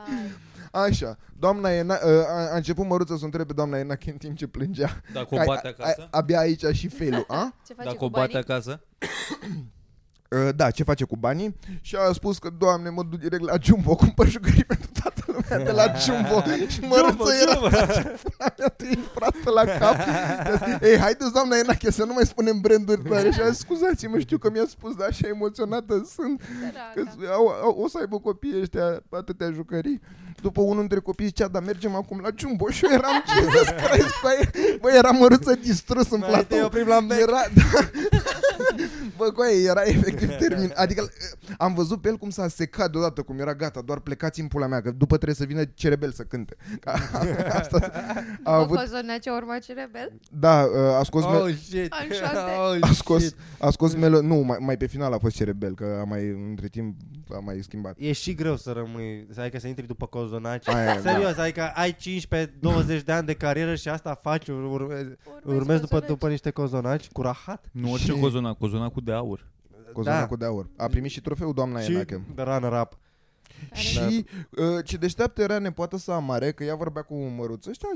Așa, doamna Ena, uh, a, a început măruță să o întrebe pe doamna Enache în timp ce plângea. Dacă o bate Ai- ai- acasă? abia aici și felul, a? Ce face Dacă cu o bate banii? acasă? Uh, da, ce face cu banii? Și a spus că, doamne, mă duc direct la Jumbo, cumpăr jucării pentru toată lumea de la Jumbo. și măruță era mi-a tăiat frată la cap. Ei, haideți, doamna Enache, să nu mai spunem branduri tare. Și a zis, scuzați-mă, știu că mi-a spus, dar așa emoționată sunt. Că Săraca. au, au, o să aibă copii ăștia atâtea jucării. După unul dintre copii zicea, dar mergem acum la Jumbo. Și eu eram, Jesus Christ, băi, băi era măruță distrus în Mai te platou. oprim la bec. Era, da. Bă, coaie, era efectiv termin. Adică am văzut pe el cum s-a secat deodată, cum era gata, doar plecați în pula mea, că după trebuie să vină cerebel să cânte. Asta a A avut fost ce a urmat și rebel? da, uh, a scos, oh, Oh, shit. În șoapte. Oh, a scos, shit. a scos melo- nu, mai, mai pe final a fost cerebel, că a mai, între timp a mai schimbat. E și greu să rămâi, să- adică să intri după cozonaci. Aia e, Serios, adică ai 15-20 de ani de carieră și asta faci, urmezi, Urmezi urmezi după, cozonaci. după niște cozonaci cu rahat. Nu orice Și- cozonac, cozonac cu de aur. Cozonacul da. de aur. A primit și trofeul doamna Și Enache. de runner-up. Și uh, ce deșteaptă era nepoată sa mare, că ea vorbea cu măruță, ăștia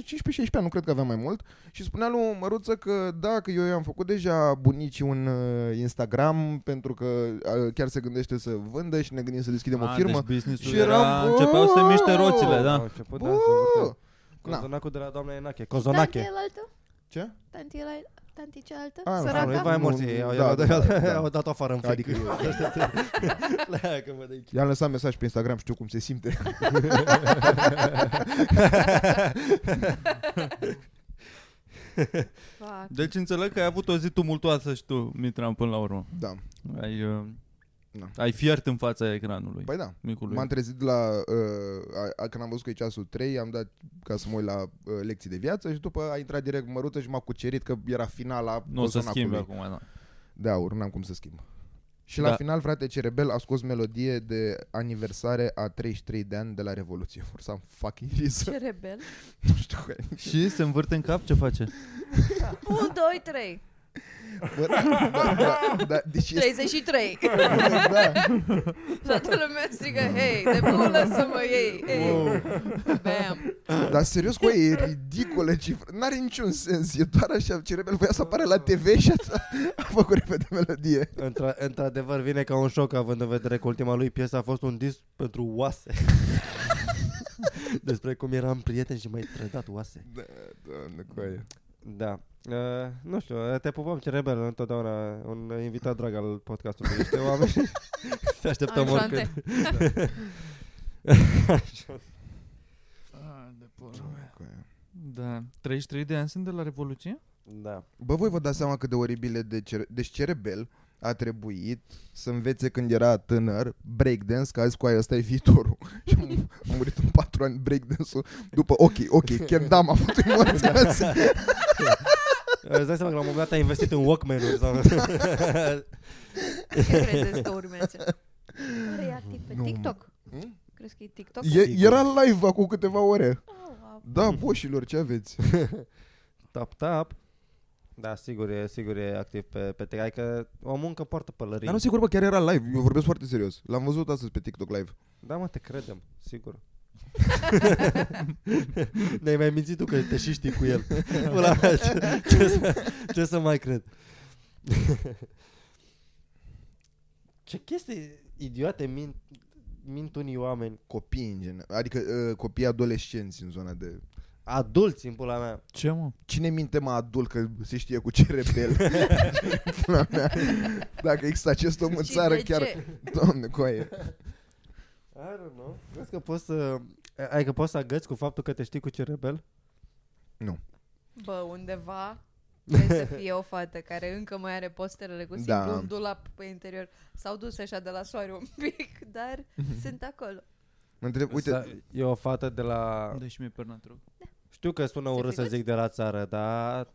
15-16 ani, nu cred că avea mai mult, și spunea lui măruță că da, că eu i-am făcut deja bunicii un uh, Instagram, pentru că uh, chiar se gândește să vândă și ne gândim să deschidem o Ah, firmă. Deci business-ul Și era, eram, începeau să miște "Wow!" roțile, Au da. început, da, Bă! să vârte. Na. Cozonacul de la doamna Enache. Tanti Cozonache. el altul? Ce? Tanti el al- Tanti cealaltă? Ah, nu, Ah, nu, Săraca? e vai Nu, morții, nu, i-au- da, i-au- da, i-au- da, da. i-au dat afară în fric. Adică eu. La aia că mă dai chip. I-am lăsat mesaj pe Instagram, știu cum se simte. Fac. Deci înțeleg că ai avut o zi tumultoasă și tu, Mitran, până la urmă. Da. Ai, uh, Da. ai fiert în fața ecranului. Păi da. micului. M-am trezit la, uh, a, a, când am văzut că e ceasul 3, am dat ca să mă uit la uh, lecții de viață și după a intrat direct măruță și m-a cucerit că era finala nu o să Cozonacului. schimbi acum, da. De aur, n-am cum să schimb. Și Da. la final, frate, Cerebel a scos melodie de aniversare a 33 de ani de la Revoluție. For some fucking reason. Ce rebel? Nu știu care. Și se învârte în cap ce face? 1, 2, 3. Bă, da, da, da, da, deci este, 33. da. Toată lumea strigă, hei, de bună să mă iei, hei. Bam. Dar serios, cu e ridicolă cifră. N-are niciun sens. E doar așa. Cerebel voia să apară la TV și a, a făcut repede melodie. Într- într-adevăr vine ca un șoc având în vedere că ultima lui piesă a fost un dis pentru oase. Despre cum eram prieten și mai trădat oase. Da, doamne, cu aia. Da. Uh, nu știu, uh, te pupăm ce rebel întotdeauna un invitat drag al podcastului. Niște oameni te așteptăm oricând. Da. 33 de ani sunt de la Revoluție? Da. Bă, voi vă dați seama cât de oribile de cere... Deci Cerebel a trebuit să învețe când era tânăr breakdance, că azi cu aia ăsta e viitorul. Și am, am murit în patru ani breakdance-ul după, ok, ok, da, Kendam a fost emoția Uh, Îți dai seama că la un moment dat ai investit în Walkman-uri sau... Ce credeți că urmează? Oare e activ pe Nu. TikTok? Hmm? Crezi că e TikTok? e, Era live acum câteva ore. Oh, wow. Da, boșilor, ce aveți? tap, tap. Da, sigur, e, sigur e activ pe, pe te. Adică omul încă poartă pălării. Dar nu sigur, bă, chiar era live. Eu vorbesc foarte serios. L-am văzut astăzi pe TikTok live. Da, mă, te credem, sigur. Ne-ai mai mințit tu că te și știi cu el. Pula mea, ce, ce, să, ce să mai cred? Ce chestii idiote mint, mint unii oameni Copii în general, adică uh, copii adolescenți în zona de... Adulți, în pula mea. Ce mă? Cine minte mă adult că se știe cu ce rebel? Pula mea. Dacă există acest om în Și țară de chiar... ce? Doamne, coaie. I don't know. Crezi că poți să... Ai că poți să agăți cu faptul că te știi cu ce rebel? Bă, undeva trebuie să fie o fată care încă mai are posterele cu simplu Da. da. un dulap pe interior. S-au dus așa de la soare un pic, dar sunt acolo. Mă întreb, uite, Sa- E o fată de la... Deci mi-e pernat rog. Știu că sună urât să Certificat? zic de la țară, dar...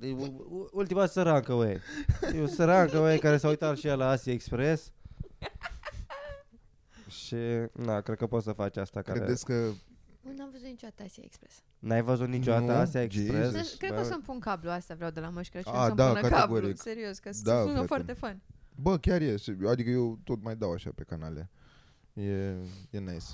E u- u- Ultima sărancă, uei. E o sărancă, uei, care s-a uitat și ea la Asia Express. Și, na, cred că poți să faci asta care... credeți că... Nu n-am văzut niciodată Asia Express. N-ai văzut niciodată Nu, Asia Jesus. Express? Deci, Deci, cred că o bă, să-mi pun cablu asta, vreau de la Moș Crăciun A, să-mi da, pună cablu, categoric. serios, că Da, da, sună frate. foarte fun. Bă, chiar e, adică eu tot mai dau așa pe canale. E, e nice.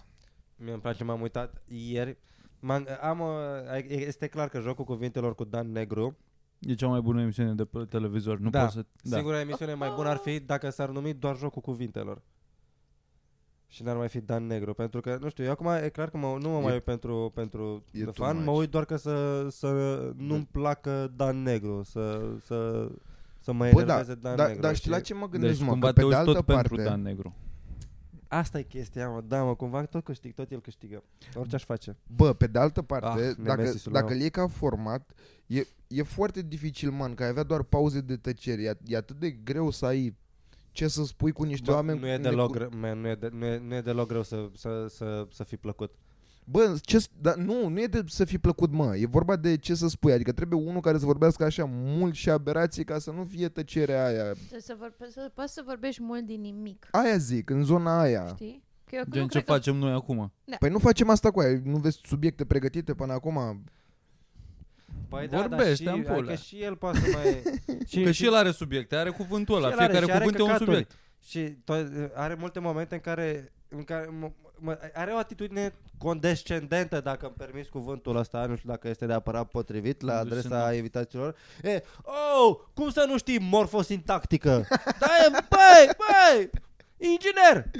Mie îmi place, m-am uitat ieri. M-am, am, uh, este clar că jocul cuvintelor cu Dan Negru E cea mai bună emisiune de pe televizor. Nu Da. pot să... Da. Singura emisiune mai bună ar fi dacă s-ar numi doar jocul cuvintelor. Și n-ar mai fi Dan Negru, pentru că, nu știu, eu acum e clar că mă, nu mă mai E- uit pentru, pentru e The too fan, mă much. Da. uit doar că să, să nu-mi placă Dan Negru, să, să, să mă Bă, da, enerveze Dan da, Negru. dar știi la și- ce mă Deci gândesc, mă? cumva Că te pe de uiți altă tot parte... pentru Dan Negru. Păi, Asta e chestia, mă, da, mă, cumva tot câștig, tot el câștigă, orice aș face. Bă, pe de altă parte, Ah, ah, dacă, nemesisul dacă meu. îl iei ca format, e, e foarte dificil, man, că ai avea doar pauze de tăcere. E, at- e atât de greu să ai ce să spui cu niște Bă, oameni... nu, e ne- deloc, cu- greu, man, nu, e de, nu, e, nu e deloc greu să, să, să, să fii plăcut. Bă, ce, s- dar nu, nu e de să fii plăcut, mă. E vorba de ce să spui. Adică trebuie unul care să vorbească așa mult și aberații ca să nu fie tăcerea aia. Să, vorbe- să, poți să vorbești mult din nimic, Aia zic, în zona aia. știi? Că eu Gen nu ce cred facem noi acum? Păi nu facem asta cu aia. Nu vezi subiecte pregătite până acum? Păi Vorbește, da, în dar și, pula. adică și el poate să mai... Că și el are subiecte, are cuvântul ăla. Și el are- Fiecare și are cuvânt e un căcaturi. subiect. Și to- are multe momente în care, în care mă, mă, are o atitudine condescendentă, dacă îmi permis cuvântul ăsta, nu știu dacă este neapărat potrivit la adresa Condescendent. invitațiilor. E, oh, cum să nu știi morfosintactică? da, e, băi, băi, inginer!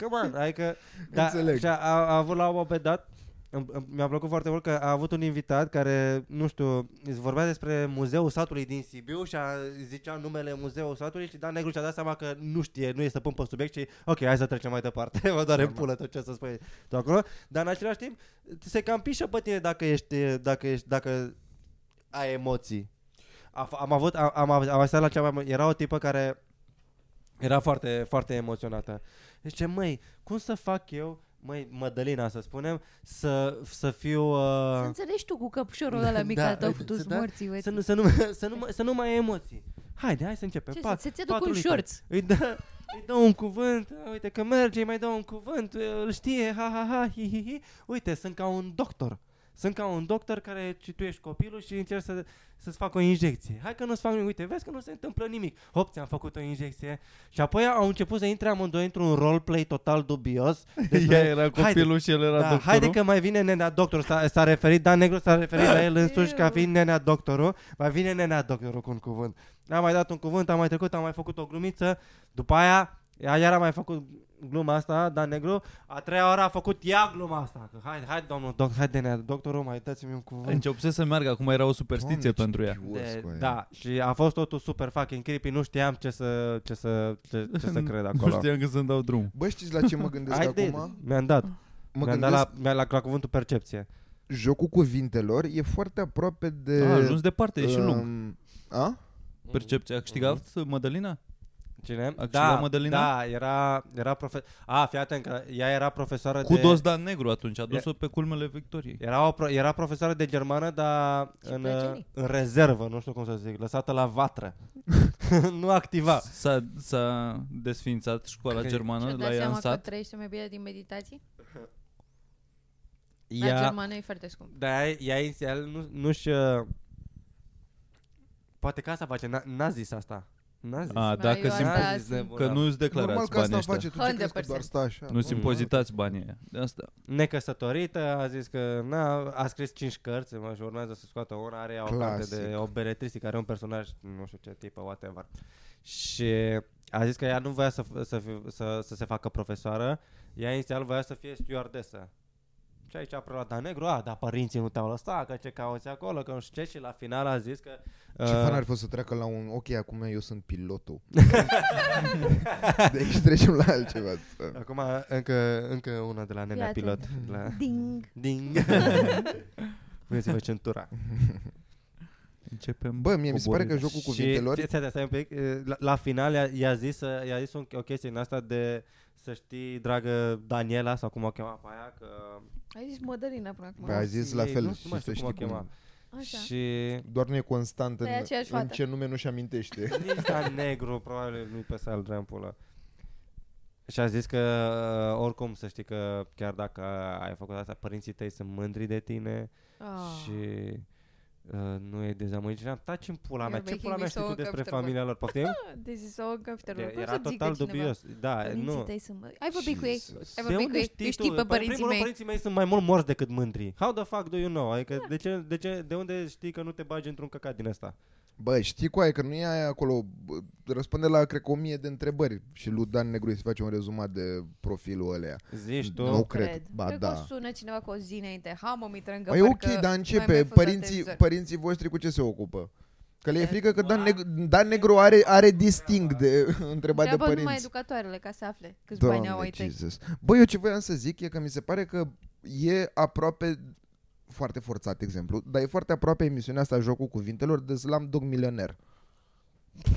Come on, adică, da, Înțeleg. și a, a, avut la un moment dat, îmi- îmi- mi-a plăcut foarte mult că a avut un invitat care, nu știu, îți vorbea despre muzeul satului din Sibiu și a zicea numele muzeul satului și Dan Negru și-a dat seama că nu știe, nu e stăpân pe subiect și ok, hai să trecem mai departe, mă doare în pulă tot ce o să spui tu acolo, dar în același timp se cam pișă pe tine dacă ești, dacă ești, dacă ai emoții. A, f- am avut, am, am, am asistat la cea mai, era o tipă care era foarte, foarte emoționată. Zice, măi, cum să fac eu, măi, Mădălina să spunem, să, să fiu... că... Să Uh, înțelegi tu cu căpșorul ăla mic Da, al tău uite, fătus să da- morții, uite. să, nu, să, nu, să, nu, mai- să nu mai ai emoții. Haide, hai să începem. Ce Pa- să- să-ți aduc patru un litri. șorț. Îi dă, îi dă un cuvânt, a, uite că merge, îi mai dă un cuvânt, îl știe, ha, ha, ha, hi, hi, hi. Uite, sunt ca un doctor. Sunt ca un doctor care ci tu ești copilul și încerci să, să-ți fac o injecție. Hai că nu-ți fac nimic. Uite, vezi că nu se întâmplă nimic. Hop, ți-am făcut o injecție. Și apoi au început să intre amândoi într-un roleplay total dubios. Ea era Haide. copilul și el era da, doctorul. haide că mai vine nenea doctor, s-a, s-a referit, Dan Negru s-a referit la el însuși ca Eu. fiind nenea doctorul, mai vine nenea doctorul cu un cuvânt. Am mai dat un cuvânt, am mai trecut, am mai făcut o glumiță, după aia, ea iar a mai făcut gluma asta, Dan Negru, a treia oară a făcut ea gluma asta, că hai, hai domnul doctor, hai de nenea doctorul, mai dați-mi un cuvânt. Începuse să meargă, acum era o superstiție Doamne, ce pentru ea. pios De, cu aia. da, și a fost totul super fucking creepy, nu știam ce să, ce să, ce, ce să cred Nu acolo. știam că să-mi dau drum. Bă, știți la ce mă gândesc Haide, acum? mi-am dat. Mă mi-am gândesc dat la, mi-a, la, la cuvântul percepție. jocul cuvintelor e foarte aproape de... A ajuns departe, e și um, lung. A? Percepția. A câștigat uh, Mădălina? Cine? A câștigat Mădălina? Da, era, era profe- A, fii atent că ea era profesoară Cu de... dos Dan Negru atunci, a dus-o pe culmele victoriei. Era, o pro- era profesoară de germană, dar Și în, uh, plăcere. în rezervă, nu știu cum să zic, lăsată la vatră. nu activa. S-a, s-a desfințat școala Cred- germană la Și-a dat ea în seama că sat. trăiește mai bine din meditații? La Ea, germană e foarte scump. da, ea uh, inițial nu, nu-și... Poate că asta face, n-a, n-a zis asta. N-a zis. A, A, dacă eu sim- asta- n-a azi- zis nebunat. că nu îți Normal declarați că asta banii ăștia. face, tu ce crezi că 100%. doar stă așa? Nu simpozitați banii aia. De asta. Necăsătorită, a zis că na, a scris 5 cărți, mă, și urmează să scoată una, are o carte Clasic. de o beletristică, are un personaj, nu știu ce tip, whatever. Și a zis că ea nu voia să, f- să, fi- să, să se facă profesoară, ea inițial voia să fie stewardesă. Și aici a preluat, dar negru, a, dar părinții nu te-au lăsat, că ce cauți acolo, că nu știu ce, și la final a zis că... Ce uh, fan ar fi să treacă la un, ok, acum eu sunt pilotul. deci trecem la altceva. Acum încă, încă una de la nenea Fii pilot. atent. La... Ding. Ding. Puneți-vă centura. Începem. Bă, mie mi se pare că coborârea. jocul cuvintelor... Și, stai, stai un pic, la, la final i-a, i-a zis, uh, i-a zis un, o chestie în asta de să știi, dragă Daniela, sau cum o chema pe aia, că... Ai zis mădălina până acum. Păi a zis la ei, fel nu și mai să știu cum o știi cum- chema. Așa. Și... Doar nu e constant în, Dar e Păi, aceeași în fată. ce nume nu-și amintește. Nici la negru, probabil nu-i pe sal Drempulă. Și a zis că uh, oricum să știi că chiar dacă ai făcut asta, părinții tăi sunt mândri de tine Ah. și uh, nu e dezamăgit. Și am taci în pula You're mea, ce making pula me mea știi so tu despre uncomfortable. familia lor? Poftim? This is so uncomfortable. Cum Era să zică total cineva, dubios. Da, Părinții nu. tăi sunt mă- Ai vorbit cu ei. Jesus. De Ai vorbit cu unde ei. știi Eu știi tu? Păi, pe în părinții primul rând, mei. părinții mei sunt mai mult morți decât mândri. How the fuck do you know? Adică de, ce, de, ce, de unde știi că nu te bagi într-un căcat din ăsta? Bă, știi cu aia că nu e aia acolo, bă, răspunde la, cred că, o mie de întrebări și lui Dan Negru îi se face un rezumat de profilul ălea. Zici tu? Nu cred. Ba Cred da. că o sună cineva cu o zi înainte. Ha, mă, mi trângă. Păi e ok, dar începe. Părinții, păi, părinții voștri cu ce se ocupă? Că le e frică că Dan, Neg- Dan Negru are, are distinct de întrebat de Treabă numai părinți. educatoarele ca să afle câți bani au Doamne, ai tăi. Jesus. Bă, eu ce voiam să zic e că mi se pare că e aproape foarte forțat exemplu, dar e foarte aproape emisiunea asta Jocul Cuvintelor de Slam Dog Milioner.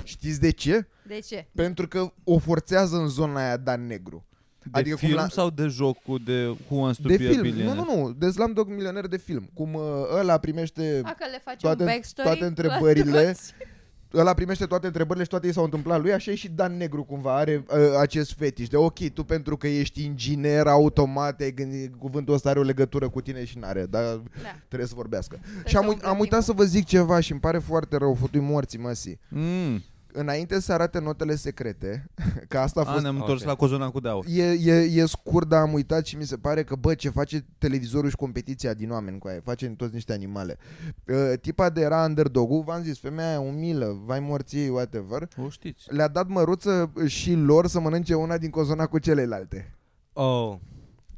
Știți de ce? De ce? Pentru că o forțează în zona aia Dan Negru. De Adică adică cum film la- sau de joc cu de cu un De film. Nu, nu, nu. De Slam Dog Milioner de film. Cum ă, ăla primește... A, că le faci toate- un backstory? toate la întrebările. toți? ăla primește toate întrebările și toate i s-au întâmplat lui, așa e și Dan Negru cumva, are uh, acest fetiș de ok, tu pentru că ești inginer automat, ai gândit, cuvântul ăsta are o legătură cu tine și n-are, dar Da. trebuie să vorbească. Trebuie și am, să uit- umplem am uitat timpul. să vă zic ceva și îmi pare foarte rău, futui morții măsii. Mm. Înainte să arate notele secrete, că asta a A, fost... ne-am ok. întors la cozona cu de aur. E, e, e scurt, dar am uitat și mi se pare că, bă, ce face televizorul și competiția din oameni cu aia, face toți niște animale. Uh, tipa de era underdog v-am zis, femeia aia umilă, vai morții, whatever, O știți. le-a dat măruță și lor să mănânce una din cozona cu celelalte. Oh.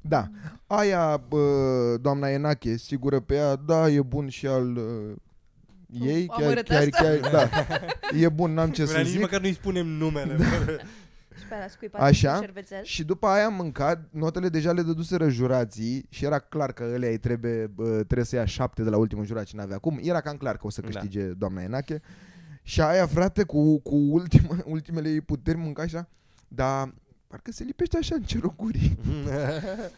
Da. Aia, bă, doamna Enache, sigură pe ea, da, e bun și al uh, ei, Am chiar, urât chiar, asta? chiar, da. E bun, n-am ce să Nici zic. Da. măcar nu-i spunem numele. bă. Și pe ăla scuipat Așa. cu șervețel. Și după aia am mâncat, notele deja le dăduseră jurații și era clar că ălea îi trebuie, bă, trebuie să ia șapte de la ultimul jurat și n-avea cum. Era cam clar că o să Da. câștige da. doamna Enache. Și aia, frate, cu, cu ultima, ultimele ei puteri mânca așa, dar parcă se lipește așa în cerul gurii.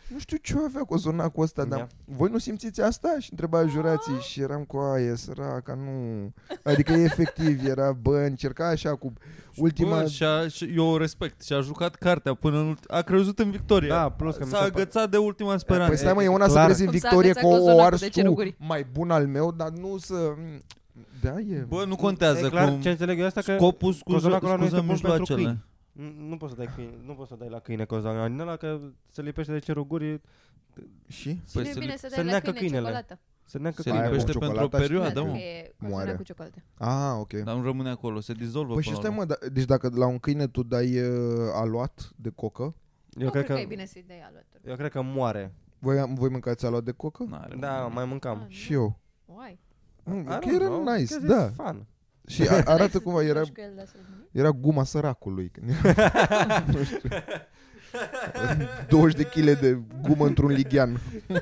Nu știu ce avea cu zonacul ăsta, dar Da. Ia. voi nu simțiți asta? Și întreba jurații Ah. și eram cu aia, săraca, nu... Adică efectiv era, bă, încerca așa cu ultima... Bă, și a, și eu o respect. Și a jucat cartea până în ulti... A crezut în victorie. Da, plus că mi S-a se pare- agățat de ultima speranță. Păi stai mă, e una să clar. crezi în Cum s-a victorie agățat că o cozonacul de ars tu ceruguri. mai bun al meu, dar nu să... Da, e... Bă, nu E contează clar, cum... ce înțeleg eu asta că Scopul scuză, cozonacul ăla nu scuză este bun pentru mijloacele. câini. nu nu poți să dai câine, nu poți să dai la câine cozonacul din ăla că se lipește de cerul gurii, Și? Și nu e Păi se bine lip- păi să să dai la neacă câine câinele. ciocolată. se neacă se Aia câinele. cu lipește pentru o ciocolata și perioadă, cu mă. că e Moare. cozona cu ciocolată. Ah, Da, ok. Dar nu rămâne acolo, se dizolvă Păi și până stai la urmă. mă, da, deci dacă la un câine tu dai uh, aluat de cocă, Eu cred că e bine să-i dai alături. eu cred că moare. voi, voi mâncați aluat de cocă? N-are, Da, mă. mai mâncam. Ah, Și eu. Why? Mm, I că don't era know, nice, because da. it's Fun. Și a, arată cumva, era, Joci cu el la sărbători? Era guma săracului. Când era- nu știu. 20 de kg de gumă într-un lighean.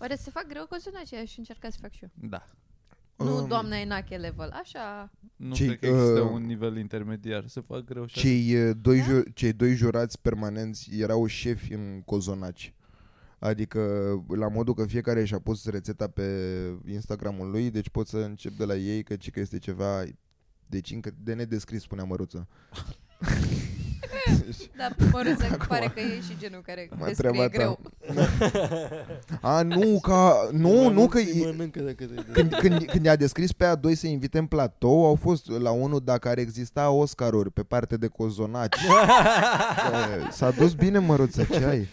Oare se fac greu cozonacii și încerca să fac și eu. Da. Nu, Um, doamna Enache level, așa. Nu Cei, cred că există uh, un nivel intermediar. Se fac greu și Cei eh, doi, Da? ju- cei doi jurați permanenți erau șefi în cozonaci. Adică la modul că fiecare și-a pus rețeta pe Instagramul lui, deci poți să încep de la ei, că ci că este ceva deci încă de nedescris, spunea Măruță. Da, măruță, pare că e și genul care Mă, descrie treaba ta. greu. A, nu, ca... Nu, nu, că... Îi e- mănâncă de cât e de- Când, când, când i-a descris pe a doi să invite în platou, au fost la unul dacă ar exista Oscaruri pe parte de cozonaci. Eh, S-a dus bine, măruță, ce ai?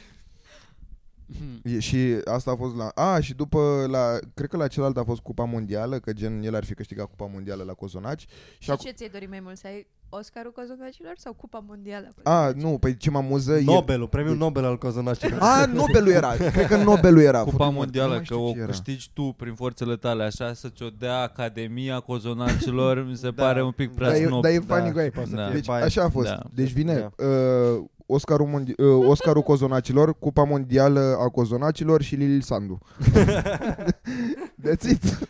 Hmm. E, și asta a fost la... A, și după la... Cred că la celălalt a fost Cupa Mondială, că gen el ar fi câștigat Cupa Mondială la cozonaci. Și Și acum... ce ți-ai dorit mai mult? Să ai Oscarul Cozonacilor sau Cupa Mondială? A, nu, păi ce mă amuză... e- Nobelul, premiul Nobel al cozonacilor. A, Nobelul era. Cred că Nobelul era. Făcut Cupa mort, nu mondială, mai că știu o ce era. câștigi tu prin forțele tale, așa să-ți o dea Academia Cozonacilor, mi se Da, pare un pic prea Da, e, snob. da, e da, funny, da, poate să Da. fie Deci bias. așa a fost. Da. Deci vine Da. uh, Oscarul, mondi- uh, Oscarul cozonacilor, Cupa mondială a cozonacilor și Lili Sandu. That's it.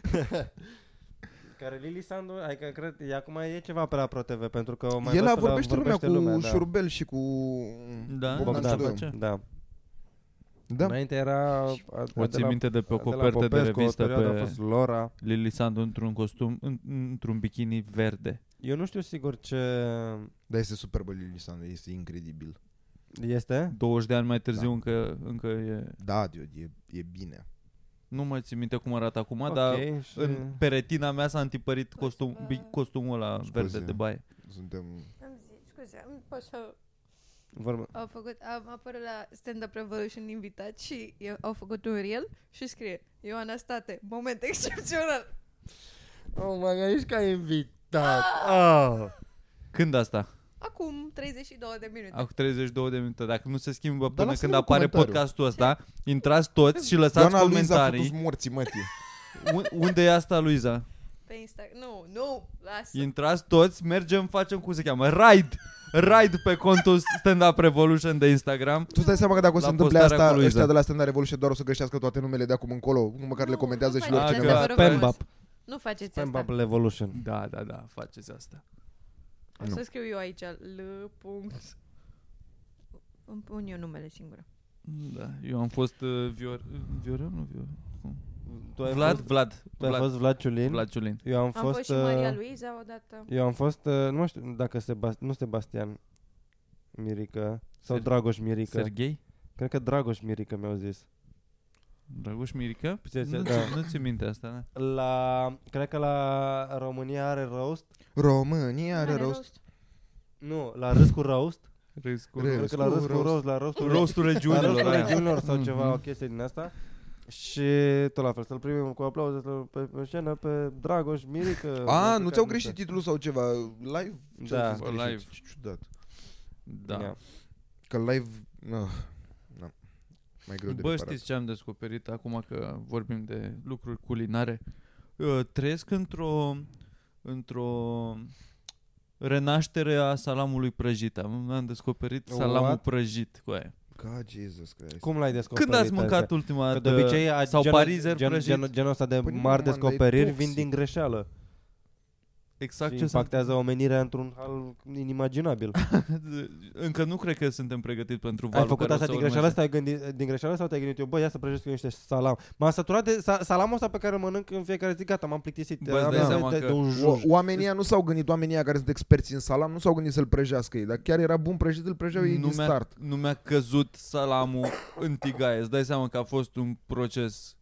Care Lili Sandu, adică cred, e, acum e ceva pe la ProTV, pentru că o mai El văd a pe la- vorbește, vorbește lumea, cu da. șurubel și cu Da, Bogdan da, Ciudoiu. face. Da. da. Da. Înainte era... a- O de ții la- minte de pe o de la copertă de, Popescu, o revistă perioadă a pe fost Lora. Lili Sandu într-un costum, în- într-un bikini verde. Eu nu știu sigur ce Da, este superbă Lili Sandu, este incredibil. este. 20 de ani mai târziu Da. încă, încă e... Da, dude, e, e bine. Nu mai țin minte cum arată acum, Ok, dar și- Da, în peretina mea s-a întipărit costum, Scuze. bi- costumul ăla Scuze. verde de baie. Suntem... Îmi zici, scuze, îmi poți să... Vorba. Au făcut, am apărut la Stand Up Revolution invitat și eu, au făcut un reel și scrie Ioana State, moment excepțional. Oh, mă, ești ca invitat. Ah. Când asta? Acum 32 de minute. Acum 32 de minute. Dacă nu se schimbă până lasă-ne când un apare comentariu. podcastul ăsta, intrați toți și lăsați Doamna Luiza a făcut comentarii. morții, mătii. Un- Unde e asta, Luiza? Pe Instagram. Nu, nu, lasă. Intrați toți, mergem, facem cum se cheamă, raid. Raid pe contul Stand Up Revolution de Instagram. Tu stai seama că dacă o La să întâmple postarea asta, cu da. Luiza. ăștia de la Stand Up Revolution doar o să greșească toate numele de acum încolo, măcar le Nu, comentează nu și mai lor faceți cineva. Da, asta. vă rog Pembap. nu faceți asta. Pembap Revolution. Da, da, da, faceți asta. O Nu. să scriu eu aici. L. Punct. Îmi pun eu numele singură. Da, eu am fost uh, Vior... Viorel, nu Viorel. Tu ai Vlad, fost, Vlad, tu ai Vlad, fost Vlad Ciulin. Vlad Ciulin. Eu am Am fost, fost, și Maria uh, Luiza odată. Eu am fost, uh, nu mai știu dacă Sebast- nu Sebastian Mirică sau Ser- Dragoș Mirică. Serghei? Cred că Dragoș Mirică mi-au zis. Dragoș Mirică? Ce- ce- Nu, da. ți- nu ți minte asta, da? La, cred că la România are roast. România are rost. Nu, la Râs cu roast. Râs cu Râs. Cred că la Râs cu roast, la roast Rostul la roast regiunilor cu aia. regiunilor sau ceva, Mhm. o chestie din asta. Și tot la fel, să-l primim cu aplauze să-l- pe, pe scenă pe Dragoș Mirică. A, nu Mirică, ți-au greșit știu. titlul sau ceva? Live? ți-au Da. zis Bă, greșit. live. Ce ciudat. Da. Ia. Că live... Uh, na. Mai greu de Bă, reparat. știți ce am descoperit acum că vorbim de lucruri culinare? Uh, trăiesc într-o într-o renaștere a salamului prăjit. Am, am descoperit salamul What? prăjit cu aia. God, Jesus Christ. Cum l-ai descoperit? Când ați adică? mâncat ultima Că dată? de obicei a- sau parizer gen, prăjit. gen, genul ăsta de Păi nu, mari man, dar e descoperiri vin toxic. din greșeală exact și ce sunt. impactează omenirea într-un hal inimaginabil. Încă nu cred că suntem pregătiți pentru valul Ai făcut care o asta să din greșeală, urmeze. asta ai gândit, din greșeală sau te-ai gândit eu, bă, ia să prăjesc eu niște salam. M-am saturat de sa- salamul ăsta pe care îl mănânc în fiecare zi, gata, m-am plictisit. Bă, îți Am dai nevoie seama de, că- de un O, juj. oamenii ăia nu s-au gândit, oamenii ăia care sunt experți în salam, nu s-au gândit să-l prăjească ei, dar chiar era bun prăjit, îl prăjeau ei nu din mi-a, start. Nu mi-a căzut salamul în tigaie. Îți dai seama că a fost un proces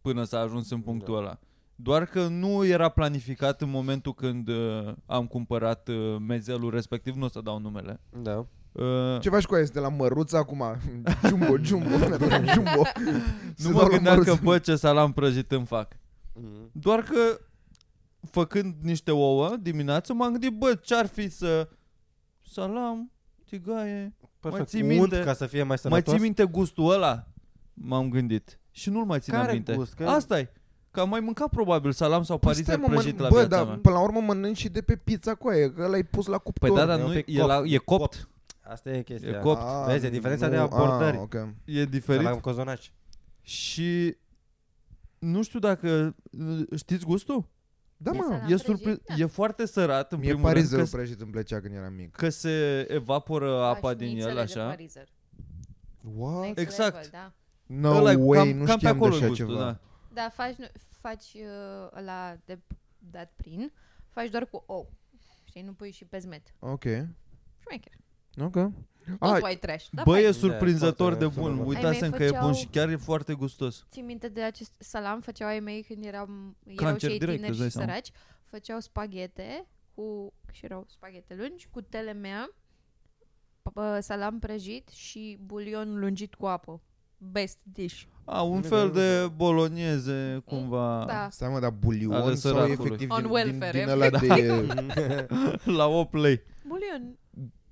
până s-a ajuns în Da. punctul ăla. Doar că nu era planificat în momentul când uh, am cumpărat uh, mezelul respectiv, nu o să dau numele. Da. Uh, Ce faci cu aia? Este la măruță acum? Jumbo, jumbo, jumbo. nu Se dau mă la gândeam că, măruță. bă, ce salam prăjit îmi fac. Mm. Doar că făcând niște ouă dimineață m-am gândit, bă, ce-ar fi să salam, tigaie, Perfect. ții unt minte- ca să fie mai Mai sănătos. ții minte gustul ăla? M-am gândit. Și nu-l mai țineam Care minte. gust? Că- asta e. Că am mai mâncat probabil salam sau Păi stai, parizer mă, prăjit mănânc- la Bă, viața dar mea. până la urmă mănânci și de pe pizza cu aia, că l-ai pus la cuptor. Păi da, dar e un nu e, pic e, la, e copt. Asta e chestia. E copt. A, Vezi, e diferența de Ah, nu, Ah, abordări. A, okay. E Salam diferit. cozonaci. Și nu știu dacă uh, știți gustul? Da, Ia mă, salam. e prăjit, surprins, da. e foarte sărat în mie primul rând parizerul că, prăjit îmi plăcea când eram mic. că se evaporă apa din el așa. What? Exact. Level, da. No Ăla e way, cam, nu cam pe știam de acolo e așa gustul, ceva. da. da, faci, nu- faci uh, la de dat prin, faci doar cu ou. Știi, nu pui și pezmet. Ok. Șmecher. Ok. Tot Ah, tu ai trash. Da, Bă, Bă, da, e eu... surprinzător de foarte- bun. foarte- Ai Uitați-mi mai că e bun făceau- și chiar e foarte gustos. Țin minte de acest salam, făceau ai mei când eram, erau Cancer și ei direct, tineri îți dai și seama. săraci. Făceau spaghete cu, și erau spaghete lungi, cu telemea, p- p- salam prăjit și bulion lungit cu apă. Best dish. A, un Bine, fel bine, de bologneze, cumva, Da. Stai mă, dar bulion Ale sau săracului. efectiv On din, welfare, din, din ăla de... la 8 lei. Bulion.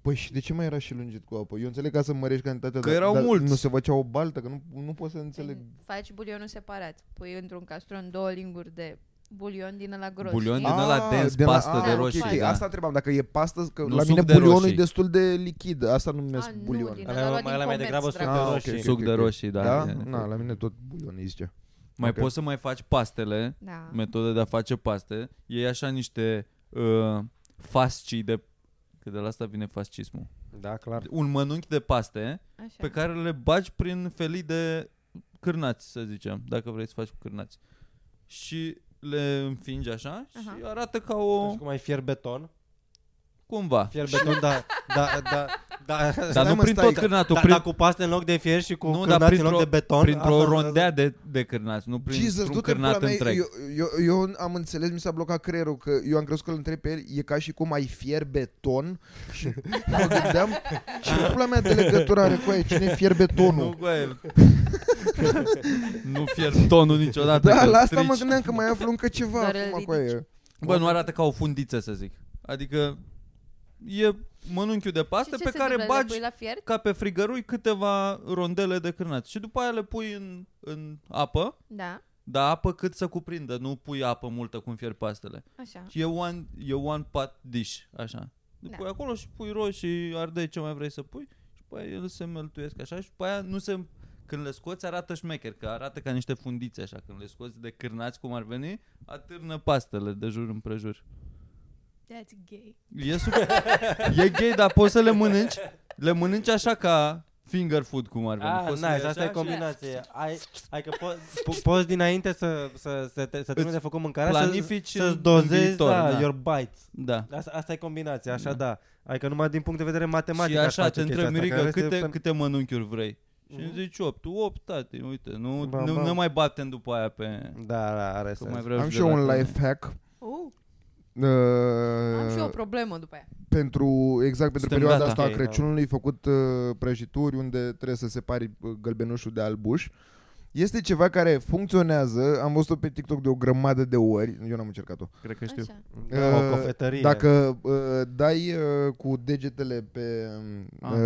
Păi și de ce mai era și lungit cu apă? Eu înțeleg ca să mărești cantitatea, Că dar- erau dar mulți. nu se făcea o baltă, că nu, nu pot să înțeleg. Mm. Faci bulionul separat. Pui într-un castron două linguri de bulion din ăla gros. Bulion știi? din ăla dens, pastă ah, de ok, roșii, ok, da. Asta întrebam, dacă e pastă, că Nu, la mine suc de bulionul roșii. e destul de lichid, asta nu numesc Ah, nu, bulion. din- Alea Ăla mai- din alea mai comerț, degrabă sunt dragă. de Ah, ok, roșii. ok. Suc de roșii, da. Da? E- Na, la mine tot bulion îi zicea. Mai Ok. poți să mai faci pastele, Da. metodă de a face paste. E așa niște uh, fascii de... Că de la asta vine fascismul. Da, clar. Un mănunchi de paste Așa. pe care le bagi prin felii de cârnați, să zicem, dacă vrei să faci cu cârnați. Și le înfingi așa și Aha. arată ca Deci o... cum ai fier beton, cumva. fier beton, da, da, da, da, Dar Stai, nu mă, prin stai, tot că- cârnatul, da, prin, da, cu paste în loc de fier și cu Nu, dar cârnați în printr-o- loc de beton. printr-o asta- rondea de, de cârnați, nu prin Jesus, un du-te cârnat pula mea, întreg. eu, eu, eu, am înțeles, mi s-a blocat creierul că eu am crezut că îl întreb pe el, e ca și cum ai fier beton și mă gândeam, ce pula mea de legătură are cu aia, cine fier Nu, betonul? bă, nu fier tonul niciodată. Da, că la asta mă strici. gândeam că mai aflu încă ceva Doar îl acum cu aia. Bă, nu arată ca o fundiță, să zic. Adică e mănunchiul de Și paste ce pe se care întâmplă? Le bagi pui la fiert? ca pe frigărui câteva rondele de cârnați. Și după aia le pui în, în apă, Da, dar apă cât să cuprindă, nu pui apă multă cum fier pastele. așa. Și e one, e one pot dish, așa. Da. Pui acolo și pui roșii, ardei ce mai vrei să pui și după aia ele se meltuiesc așa și după aia nu se... Când le scoți arată șmecher, că arată ca niște fundițe așa. Când le scoți de cârnați cum ar veni, atârnă pastele de jur împrejur. That's gay. E, super... e gay, dar poți să le mănânci. Le mănânci așa ca finger food cum ar veni. Ah, Poți să nice, iei asta e așa și combinație. Ai, ai că po- po- poți dinainte să, să, să, te, să termini de făcut mâncarea, planifici să, să-ți în- dozezi, în viitor, da, da. your bites. Da. Asta, asta e combinația, așa da. Adică numai din punct de vedere matematic și aș așa face te chestia întreb, asta, Mirica, care este Mhm. câte, pen- câte mănunchiuri vrei? Și îmi zici 8, 8, tati, uite, nu, Bam, nu, bam. nu mai batem după aia pe... Da, da, are Că mai sens. vreau Am și de eu la un tine. life hack. Uh, am și eu o Uh, problemă după aia. pentru, exact pentru Suntem perioada gata. asta Ok, a da. Crăciunului, făcut uh, prăjituri unde trebuie să separi uh, gălbenușul de albuș. Este ceva care funcționează, am văzut-o pe TikTok de o grămadă de ori, eu n-am încercat-o. Cred că știu. Așa. Da, o cofetărie. Uh, Dacă uh, dai uh, cu degetele pe Ah, uh,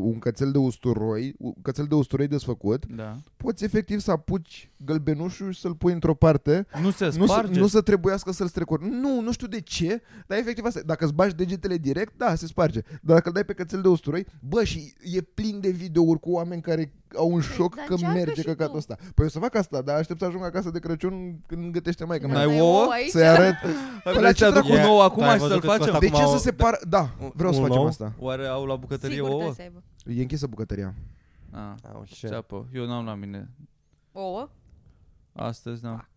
un cățel de usturoi, un cățel de usturoi desfăcut, Da. poți efectiv să apuci gălbenușul și să-l pui într-o parte Nu se nu să, sparge? nu să trebuiască să-l strecori. Nu, nu știu de ce, dar efectiv asta. e. Dacă îți bagi degetele direct, da, se sparge. Dar dacă îl dai pe cățel de usturoi, bă, și e plin de videouri cu oameni care au un șoc Păi, dar că încearcă merge și căcatul tu. ăsta. Păi o să fac asta, dar aștept să ajung acasă de Crăciun când gătește mai N-ai mea. Mai ouă? aici? Să-i arăt. Hai, Păi vrei la să ce aduc dracu- un E, nou acum tu Da, ai și să-l văzut cât facem? costă? De ce au- să se pară? Da, Un- vreau să un facem ou? asta. Oare au la bucătărie Sigur trebuie ouă? să aibă. E închisă bucătăria. Ah, Au, shit. Deci, ceapă. Eu n-am la mine. Ouă? Astăzi n-am. Fac.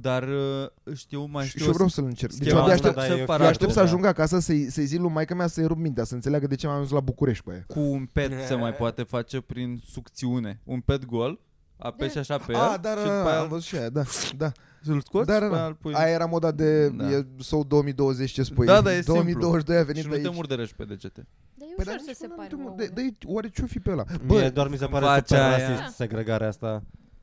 Dar uh, știu, mai Și știu... eu vreau să-l încerc. Deci Deci eu asta, de aștept, da, e eu Paratul, aștept să ajung acasă să-i, să-i zic lui maica mea să-i rup mintea, să înțeleagă de ce m-am ajuns la București cu aia. Cu un pet se mai poate face prin sucțiune. Un pet gol, apeși așa pe el Ah, dar Păi, da. și după am aia văzut și aia, da, da. îl scoți Dar, și după da. aia îl pui... Aia era moda de Da. da. e, sau 2020 ce spui. Da, da, e simplu. 2022 a venit și nu aici. te murdărești pe degete. Dar e Păi, ușor nici să nu separi te mur- ouăle. de- de- Oare ce-o fi pe ăla? Mie Bă, doar mi se cumva pare super acea rasist aia- segregarea asta.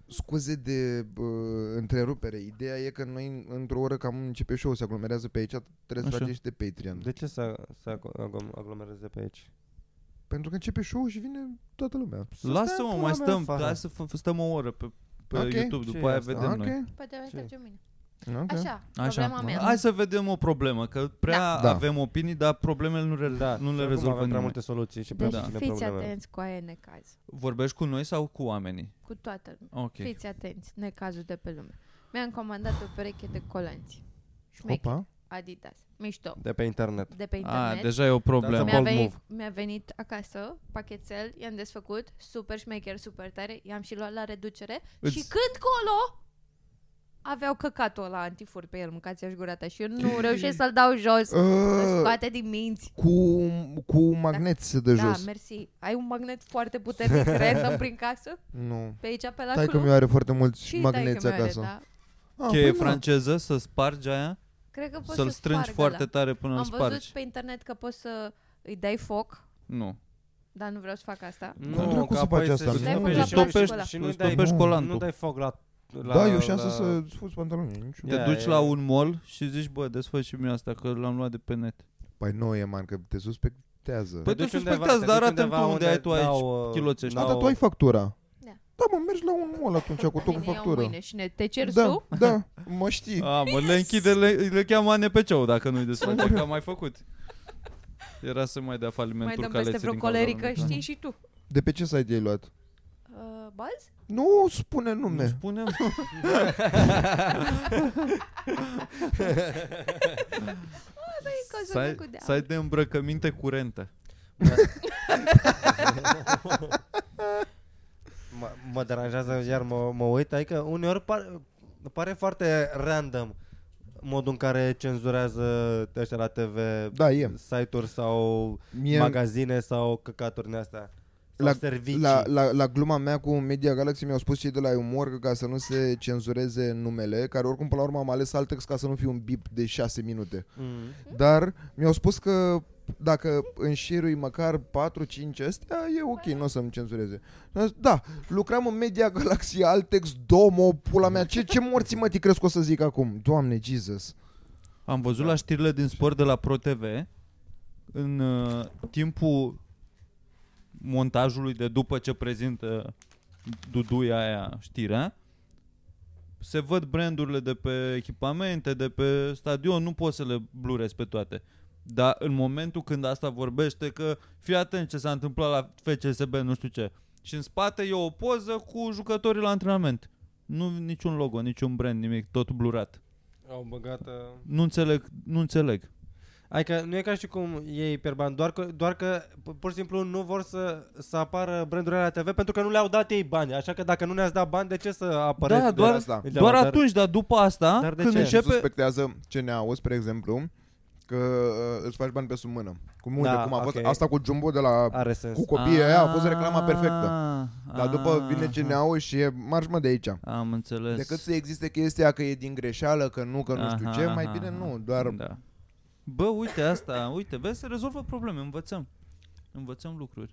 scuze de uh, întrerupere. Ideea e că noi într-o oră cam începe show, se aglomerează pe aici, trebuie să Așa. Deci- tragem și de Patreon. De ce să, să ago- aglo- aglomereze pe aici? Pentru că începe show și vine toată lumea. Să stea Lasă-mă, pula mai mea stăm, afară. hai să f- stăm o oră pe, pe Ok. YouTube, Ce după e aia asta? vedem Ah, ok. Ah, noi. Poate mai Ce? trage mine. Ok. Așa, problema mea. da. Hai să vedem o problemă, că prea Da. avem opinii, dar problemele nu, re- Da, nu și le acum rezolvă avem prea nimeni. multe soluții și prea Deci Da. puține fiți probleme. atenți cu aia necaz. Vorbești cu noi sau cu oamenii? Cu toată lumea. Ok. Fiți atenți, necazul de pe lume. Mi-am comandat o pereche de colanți. Șmecher, Opa. Adidas. Mișto. De pe internet. De pe A, internet. Ah, deja e o problemă. Dar mi-a, Bold venit, move. mi-a venit acasă pachetel, i-am desfăcut, super șmecher, super tare, i-am și luat la reducere Îți- și când colo aveau căcatul ăla antifur pe el, mâncați-aș gura ta și eu nu reușesc să-l dau jos, îl Uh, scoate din minți. cu, cu magneți de Da, jos. mersi. Ai un magnet foarte puternic random prin casă? Nu. Pe aici, pe la Tai că club? mi are foarte mulți Și magneți taică-mi are, acasă. Da. Ah, Cheie păi franceză, să spargi aia, Cred că poți să-l strângi spargi foarte ăla. tare până îl Am văzut spargi. pe internet că poți să îi dai foc, Nu. dar nu vreau să fac asta. Nu, dracu să faci asta, Dai nu foc la îi plastic topești ăla. și Îl nu dai, topești colantul. nu dai foc la... da. la Păi Da, eu șansa la- să sfuți pantalonii. nici- Da, Te duci e- la un mall și zici, bă, desfă și mie asta, că l-am luat de pe net. Păi nu e, man, că te suspectează. Păi Te tu duci adică undeva- suspectează, te dar duci arată-mi undeva tu unde ai tu aici. dau, uh, chiloțești. Da, dau- dar tu ai factura. Da. Da, mă, mergi la un mall atunci Deci, cu tot cu Mine iau factura. mâine și ne, te ceri Da, tu? da, mă știi. A, Ah, mă, le închide, le, le cheamă ANPC-ul dacă nu-i desface, că am mai făcut. Era să mai dea faliment Mai dăm turcaleții peste vreo din cauza colerică, lui. știi și tu. De pe ce site ai luat? Uh, Baz? Nu spune Nu nume. spunem. Că să Site- nu cudea. Site de îmbrăcăminte curentă. Mă, mă deranjează iar, mă, mă uit, adică uneori par, pare foarte random modul în care cenzurează ăștia la TV Da, e. site-uri sau Mie, magazine sau căcaturi din astea. Sau La- servicii. la, la, la gluma mea cu Media Galaxy mi-au spus cei de la umor că ca să nu se cenzureze numele, care oricum până la urmă am ales Altex ca să nu fie un bip de 6 minute. Mm. Dar mi-au spus că dacă înșirui măcar 4-5 astea, e ok, nu o să-mi cenzureze. Și am zis, Da, lucram în Media Galaxy, Altex, Domo, pula mea, ce, ce morții mă ti crezi că o să zic acum? Doamne, Jesus. Am văzut la știrile din sport de la ProTV în uh, timpul montajului de după ce prezintă Duduia aia știrea se văd brandurile de pe echipamente, de pe stadion, nu poți să le blurezi pe toate. Dar în momentul când asta vorbește că fii atent ce s-a întâmplat la FCSB, nu știu ce. Și în spate e o poză cu jucătorii la antrenament. Nu niciun logo, niciun brand, nimic, tot blurat. Au băgat... uh, Nu înțeleg, nu înțeleg. Adică nu e ca și cum e hiperban, doar că, doar că pu- pur și simplu nu vor să, să apară brandurile la TV pentru că nu le-au dat ei bani. Așa că dacă nu ne-ați dat bani, de ce să apăreți? Da, de doar- asta? Doar Deci, dar- atunci, dar după asta, Dar de când ce? începe... Suspectează ce ne auzi, spre exemplu, că uh, îți faci bani pe sub mână. Cum, uite, Da, cum a fost ok. asta cu Jumbo de la Are sens. cu copiii aia a fost reclama perfectă. Dar după vine aha. CNA-ul și e marș mă de aici. Ah, Am înțeles. Decât să existe chestia că e din greșeală, că nu, că nu știu Aha, ce, mai aha, bine aha. nu, doar Da. Bă, uite asta, uite, vezi, se rezolvă probleme, învățăm. Învățăm lucruri.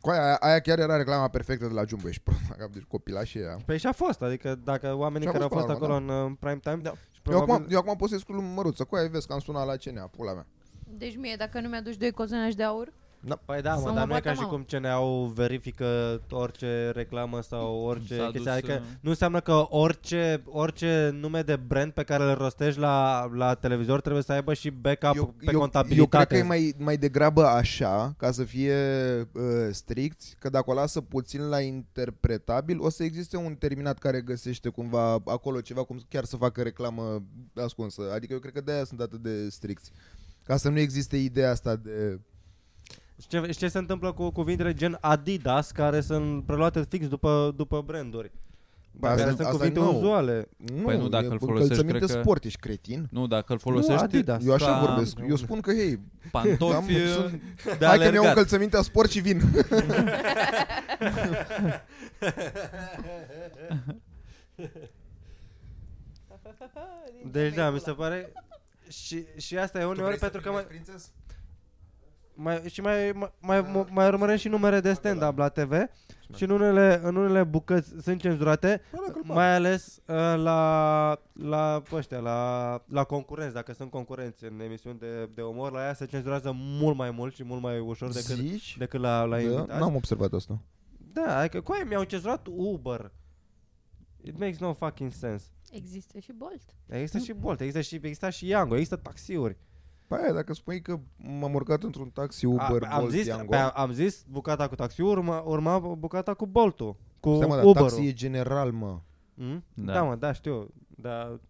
Cu aia, aia chiar era reclama perfectă de la Jumbo, ești prost la cap, deci copilașii aia. Păi și a fost, adică dacă oamenii Și a care au fost fost până la acolo urmă, în uh, prime time... Da. Și Eu probabil, acum, eu acum pot să-i scriu lui Măruță, cu aia vezi că am sunat la CNA, pula mea. Deci mie, dacă nu mi-aduci doi cozonași de aur, Păi da, Să mă, mă dar nu e bată ca și mama. cum cna verifică orice reclamă sau orice S-a dus, chestie. Adică uh, nu înseamnă că orice, orice nume de brand pe care îl rostești la, la televizor trebuie să aibă și backup eu, Da, pe eu, contabilitate. eu cred că e mai, mai degrabă așa, ca să fie uh, stricți, că dacă o lasă puțin la interpretabil, o să existe un terminat care găsește cumva acolo ceva, cum chiar să facă reclamă ascunsă. Adică eu cred că de-aia sunt atât de stricți. Ca să nu existe ideea asta de... Și ce, și ce se întâmplă cu cuvintele gen Adidas, care sunt preluate fix după, după branduri? Bă, Bă, care asta- sunt asta e cuvinte nou. uzuale. Nu, Păi nu, dacă e îl folosești, încălțăminte cred că- sport, ești cretin. Nu, dacă îl folosești Da, Nu, Adidas. Eu așa ca vorbesc. Eu spun că, hei, pantofi Am- sunt- de hai că mi-au alergat. încălțămintea sport și vin. Deci da, mi se pare... Și, și asta e uneori Păi, pentru că mai, mai, și mai, mai, mai, mai urmăresc și numere de stand-up la TV și în unele, în unele bucăți sunt cenzurate, mai ales uh, la, la, ăștia, la, la concurenți, dacă sunt concurenți în emisiuni de, de umor, la aia se cenzurează mult mai mult și mult mai ușor decât, Zici? decât la, la Da, invitați. N-am observat asta. Da, adică cu aia mi-au cenzurat Uber. It makes no fucking sense. există și Bolt. Da. Există și Bolt, există și, exista și Yango, există taxiuri. Păi aia, dacă spui că m-am urcat într-un taxi Uber, A- am, Bolt, zis, Yango. pe, am zis bucata cu taxiul, urma, urma bucata cu Boltul. Cu Stai, mă, dar Uber-ul. taxi e general, mă. Mm? Da. Da. da, mă, da, știu. Da.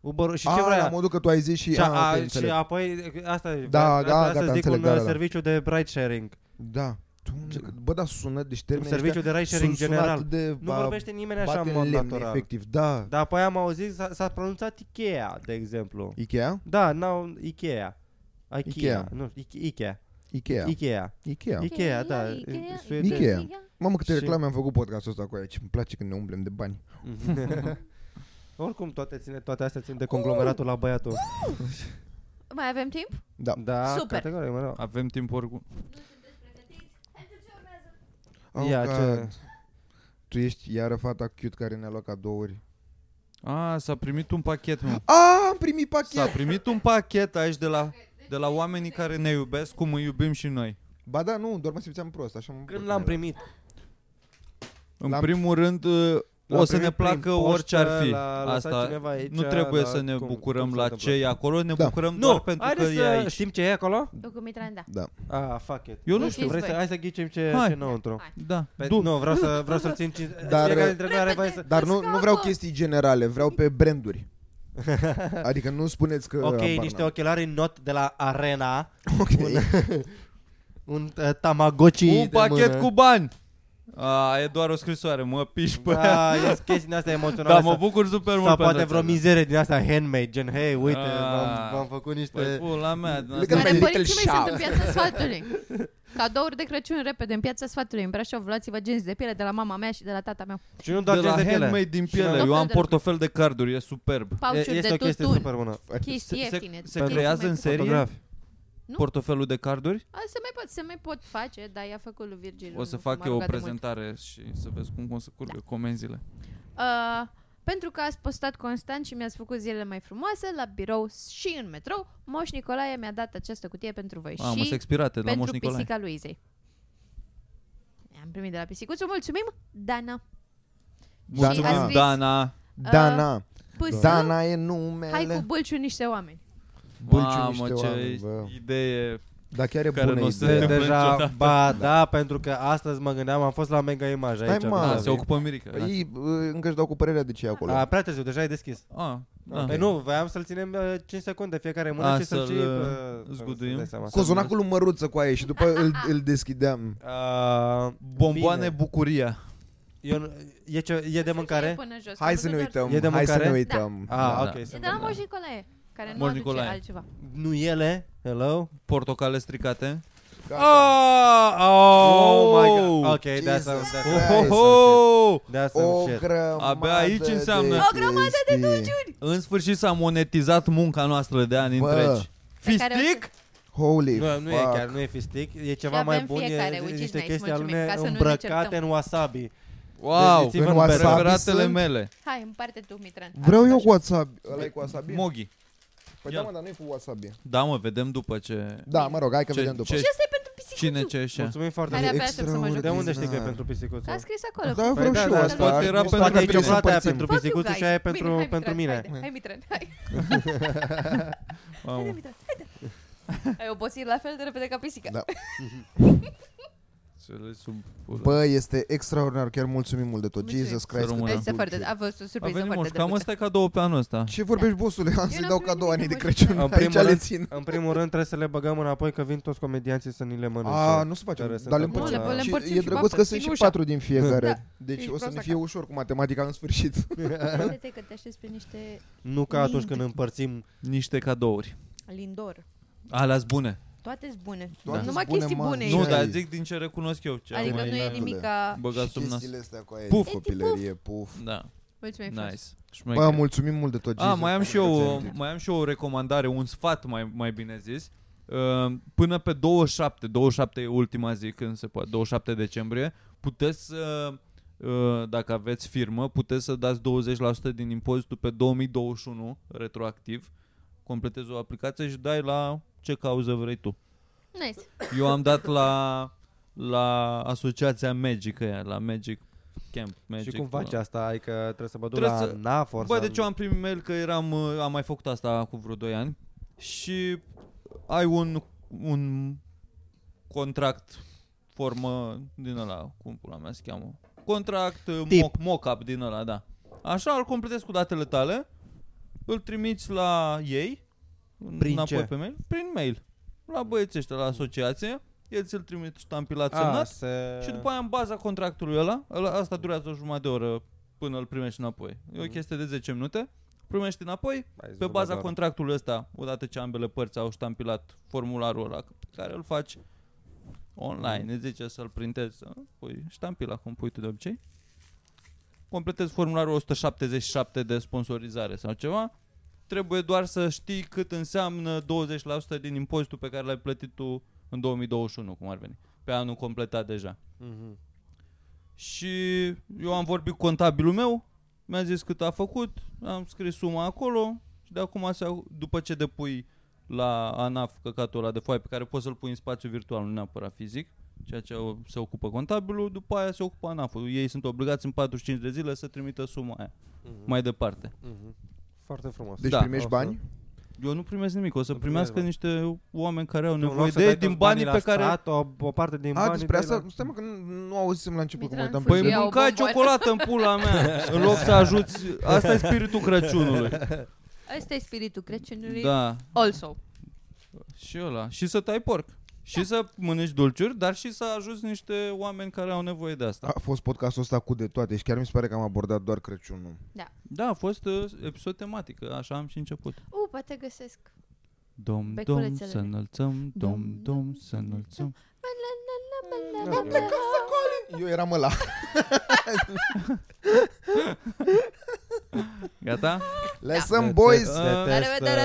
Uber și a, ce la vrea? modul că tu ai zis și... Și, a, ok, a, și înțeleg. apoi asta e. Da, vrea- da, vrea gata, să zic înțeleg, un da, da, uh, da. serviciu de ride sharing. Da. Doamne, Bă, dar sună, deci Un termenii serviciu de rai ăștia sharing sunt- sună general. atât de, Nu ba, vorbește nimeni așa bate în în mod lemn, natural. efectiv, da. Dar apoi am auzit, s-a, s-a pronunțat Ikea, de exemplu. Ikea? Da, n-au Ikea. Ikea. Ikea. Nu, Ike- Ikea. Ikea. Ikea. Ikea. Ikea, da. Ikea, Suede- Ikea. Mamă, câte Și- reclame am făcut podcastul ăsta cu aici. Îmi place când ne umblem de bani. Oricum toate ține, toate astea țin de conglomeratul la băiatul. Mai avem timp? Da. Da, Super. categoric, mă rog. Avem timp oricum. Oh, Ia, God. ce- Tu ești iară fata cute care ne-a luat cadouri. A, s-a primit un pachet, mă. A, am primit S-a pachet! primit un pachet aici de la, de la oamenii care ne iubesc cum îi iubim și noi. Ba da, nu, doar mă simțeam prost. Așa mă- Când l-am primit? În L-am- primul rând, uh, o L-am să ne primit prin placă poștă, orice ar fi. l-a lăsat Asta cineva aici, nu trebuie la- să ne cum- bucurăm cum s-a la întâmplat. ce e acolo, ne Da. bucurăm doar Nu, pentru că haideți e să aici. știm ce e acolo? Documitran, da. Da. Ah, fuck it. Eu Nu nu știu. știu. Vrei să, hai să ghicim ce, Hai. ce înăuntru. Hai. Da. Pe, Du- nu, vreau să, vreau să-l țin cin... Dar- Fiecare întrebare vai să... Dar nu, nu vreau chestii generale, vreau pe branduri. Adică nu spuneți că... Ok, habar niște n-am. ochelari not de la Arena, Ok. un uh, Tamagotchi Un de pachet mână. cu bani. A, e doar o scrisoare, mă piși pe ea. Da, e chestii din astea emoționale. Da, mă sau- bucur super mult Sau pentru poate vreo asta. mizerie din asta handmade, gen, hei, uite, v-am, Ah. v-am făcut Păi, niște... pula mea. din Legat- asta- mai Care Little părinții mei Shop. sunt în piața sfatului. Cadouri de Crăciun repede în piața sfatului. În Brașov, luați-vă genți de piele de la mama mea și de la tata meu. Și nu doar De genți la de handmade piele. din Și la piele. tot Eu fel am de portofel de carduri, e superb. Pauciuri E- de Este o chestie tutun. super bună. Chestii Se- se- ieftine. Se chestii creează mai în puțin. serie Nu. Păi, portofelul de carduri? A, Se mai, pot, se mai pot face, dar i-a făcut lui Virgil. O să un- fac m-a eu o rugat de mult. prezentare și să vezi cum o să curgă comenzile. Uh, pentru că ați postat constant și mi-ați făcut zilele mai frumoase la birou și în metrou, Moș Nicolae mi-a dat această cutie pentru voi Am și o expirate de la Moș pentru Nicolae. pisica Luizei. Am primit de la pisicuță, mulțumim, Dana. Mulțumim, ați scris, Dana. Dana. Pâsă, Dana e numele. hai cu bulciu niște oameni. Bâlciu Mamă, niște ce oameni, bă. idee. Dar chiar e care bună n-o să De, te- ideea. De- deja, ba da, pentru că astăzi mă gândeam, am fost la Mega Image Stai, aici. mă. Bă, Da, Ave. se ocupă Mirica. da. Ei bă, Păi, uh, încă își dau cu părerea de ce e acolo. A, prea târziu, deja e deschis. Ah, da. Păi nu, voiam să-l ținem uh, 5 secunde fiecare mână A, și să-l, să-l, și... uh, uh, zguduim. să-ți dai seama. Cu zonacul lui măruță cu aia și după îl, îl deschideam. Uh, Bomboane bine. bucuria. Eu, nu- e, ce, e de E mâncare? până jos, Hai că să ne văd uităm. E de Hai să mâncare? ne uităm. Ah, Da, ok. da. sunt doar- E de la bun. Moș Nicolae, care nu Moș aduce Nicolae. altceva. Nu ele, hello? Portocale stricate. Ah, Gata. Oh, my god. Ok, Jesus that's some, Oh, that's Christ. some, Ho, ho! that's some O shit. grămadă Abia aici înseamnă- O grămadă de chestii. dulciuri! În sfârșit s-a monetizat munca noastră de ani Bă. întregi. care o Fistic? Holy Nu, nu e fuck. chiar, nu e fistic, e ceva avem mai bun, fiecare, e which is niște nice, chestii mulțumim, alune ca să nu ne îmbrăcate certăm. în wasabi. Wow! Vedeți-vă în pe wasabi. referat. Preferatele sunt? mele. Hai, împarte tu, Mitran. Vreau Aruncă eu așa. cu wasabi. Ăla e cu wasabi? Moghi. Păi da, ia. mă, dar nu e cu wasabi. Da, mă, vedem după ce... Da, mă rog, hai că ce- vedem după. ce- Și asta e pentru pisicuțu. Cine ce Exact. eșe. Mulțumim foarte Care mult. abia aștept să mă joc. De unde știi că e Extraordinar. pentru pisicuțul? A scris acolo. Da, vreau da, și eu da, asta. poate era Nu pentru fac Poate Dacă e apel, cine? să ciocolata aia împărțim. pentru Fuck you pisicuțul guys. și aia e Bine, hai, pentru, Mitran, pentru mine. haide, Hai, Mitran, hai. Mamă. Ai obosit la fel de repede ca pisica. Da. Să le sub pula. Bă, este extraordinar, chiar mulțumim mult de tot. Mulțumim. Jesus Să Christ. rămână. câte Este foarte, dulciuri. a fost o A surpriză venit foarte moș, cam drăguță. ăsta e cadou pe anul ăsta. Ce vorbești, bosule? Am n-am să-i dau primit cadou anii de nimic, Crăciun. În Aici primul le rând- țin. În primul rând trebuie să le băgăm înapoi că vin toți comedianții să ni le mănânce. A, Ah, nu se Care face. sunt Dar le acum. împărțim. Nu, le- le Și împărțim E și drăguț baftă, că sunt țin și ușa. patru din fiecare. Deci Ești o să prost ne fie ușor cu matematica în sfârșit. Uite că te așezi pe niște Nu ca atunci când împărțim Niște cadouri. lindor. Alea bune. Toate sunt bune. Toate sunt Numai bune, chestii mă. bune. Ei, nu, aici. da, dar ei. zic din ce recunosc eu ce Adică mai nu e Nardule. nimic ca... băgat Și sub nas. chestiile astea cu aia Puf. de copilărie, puf. Da, Mulțumim frumos. nice. Șmecher. Bă, mulțumim mult de tot. A, Jesus. Ah, mai am și eu, uh, mai am și eu o recomandare, un sfat mai, mai bine zis. Uh, Până pe 27, 27 e ultima zi când se poate, 27 decembrie, puteți să, uh, dacă aveți firmă, puteți să dați 20% din impozitul pe 2021 retroactiv, completezi o aplicație și dai la ce cauză vrei tu. Nice. Eu am dat la, la asociația Magic aia, la Magic Camp. Magic, și cum faci la... asta, adică trebuie să mă duc Trebuie la să- NAFOR. Bă, sau- deci eu am primit mail că eram, uh, am mai făcut asta cu vreo 2 ani și ai un, un contract formă din ăla, cum pula mea se cheamă, contract uh, Tip. mock, mock-up din ăla, da. Așa, îl completezi cu datele tale, îl trimiți la ei, Prin înapoi ce? pe mail, prin mail, la băieții ăștia, la asociație, el ți-l trimite ștampilat A, semnat Ah, se... și după aia în baza contractului ăla, ăla asta durează o jumătate de oră până îl primești înapoi. E o Mhm. chestie de 10 minute, primești înapoi, Hai, zi pe baza următoarea. contractului ăsta, odată ce ambele părți au ștampilat formularul ăla, pe care îl faci online, îți zice să-l printezi, să pui ștampila cum pui tu de obicei, completezi formularul 177 de sponsorizare sau ceva, trebuie doar să știi cât înseamnă 20% din impozitul pe care l-ai plătit tu în 2021, cum ar veni, pe anul completat deja. Mhm. Și eu am vorbit cu contabilul meu, mi-a zis cât a făcut, am scris suma acolo și de acum, se- după ce depui la ANAF căcatul ăla de foaie pe care poți să-l pui în spațiu virtual, nu neapărat fizic, ceea ce o- se ocupă contabilul, după aia se ocupă ANAF-ul. Ei sunt obligați în 45 de zile să trimită suma aia Mhm. mai departe. Mhm. Foarte frumos. Deci Da. primești Asta. bani? Eu nu primesc nimic, o să Nu primești primească niște oameni care au Tu, în loc nevoie să de dai ei din toți banii pe la care... stat, o, o parte din A, bani despre asta, stai mă că nu, nu auzisem la început că mă Mi-i uitam pe transfer. Păi zi. Iau mâncai bomboane. ciocolată în pula mea În loc să ajuți Asta e spiritul Crăciunului Asta e spiritul Crăciunului. Da Also. Și ăla Și să tai porc Și să mănânci dulciuri Dar și să ajuți niște oameni care au nevoie de asta A fost podcastul ăsta cu de toate și chiar mi se pare că am abordat doar Crăciunul. Da, a fost uh, episod tematic Așa am și început U, Uh, poate găsesc. Dom, dom, Beculețele. să înălțăm Dom, dom, să înălțăm Am plecat să Colin! Eu eram ăla. Gata? Lăsăm boys! Uh, La revedere!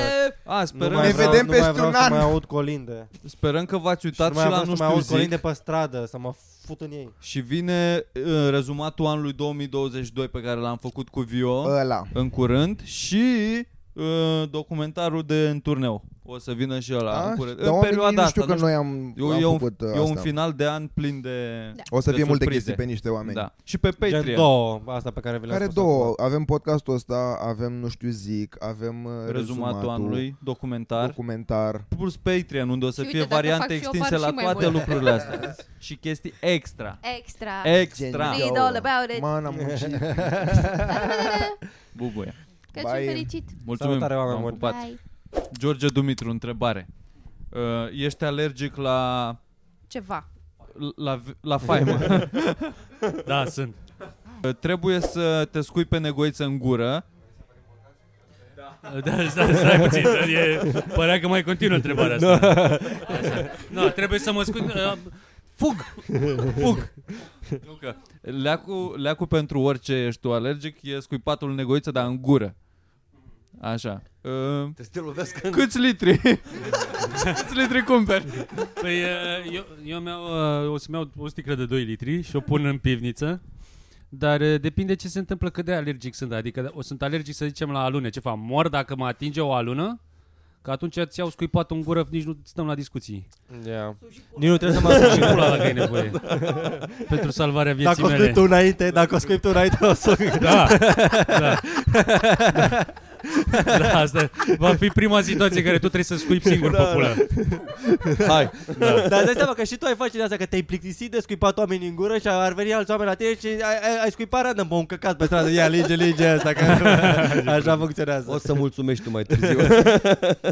A, Nu sperăm, mai Ne vreau, vedem nu mai peste vreau un să an. mai aud colinde. sperăm că v-ați Și nu uitat și, mai la vreau nu să mai știu aud zic colinde pe stradă, să mă fut în ei. Și vine uh, rezumatul anului 2022 Pe care l-am făcut cu Vio Ăla. în curând și uh, documentarul de în turneu. O să vină și ăla Da? în curând. Dar în oamenii perioada nu știu asta. că noi am, eu- am eu- făcut ă, uh, e asta. un final de an plin de Da. O să de fie multe surprize. chestii pe niște oameni. da. Și pe Gen Patreon. două, asta pe care vi le-am Care spus două? acum. Avem podcastul ăsta, avem nu știu zic, avem uh, Rezumatul anului, documentar. documentar. Plus Patreon, unde o să Și fie uite, dacă fac variante și eu, extinse par la și mai toate bune. lucrurile astea. și chestii extra. Extra. Extra. Read all about it. Man, am muncit. La revedere! Bubuia. Crăciun Bye. fericit! Mulțumim. Salutare, oameni v-am buni. pupat. Bye! George Dumitru, întrebare. Uh, ești alergic la Ceva. la, la faimă. Da, sunt. Trebuie să te scui pe negoiță în gură Da, stai, stai puțin. E, părea că mai continuă întrebarea asta. Da. Așa. Nu, trebuie să mă scund... uh, Fug! Fug! Nu că leacul, leacul pentru orice ești tu alergic e scuipatul în negoiță, dar în gură. Așa. Uh, Trebuie să te lovesc în... câți litri? câți litri cumperi? Păi uh, eu, eu mi-au, uh, o să-mi iau o sticlă de 2 litri și o pun în pivniță. Dar uh, depinde ce se întâmplă, cât de alergic sunt. Adică o sunt alergic, să zicem, la alune. Ce fac? Mor dacă mă atinge o alună? Că atunci ți iau scuipat în gură, nici nu stăm la discuții. Yeah. Nici nu trebuie să mă ascult. Și pula dacă ai nevoie. Pentru salvarea vieții Da. Dacă o scrii mele. tu înainte, dacă o scrii tu înainte, o să... Da. da. da. da. asta va fi prima situație în care tu trebuie să scuipi singur da, popula. Hai. Dar Da, îți dai seama că și tu ai face din asta, că te-ai plictisit de scuipat oameni în gură și ar veni alți oameni la tine și ai, ai, ai scuipat random pe un căcat pe stradă. Ia, linge, linge asta, că așa funcționează. O să mulțumești tu mai târziu.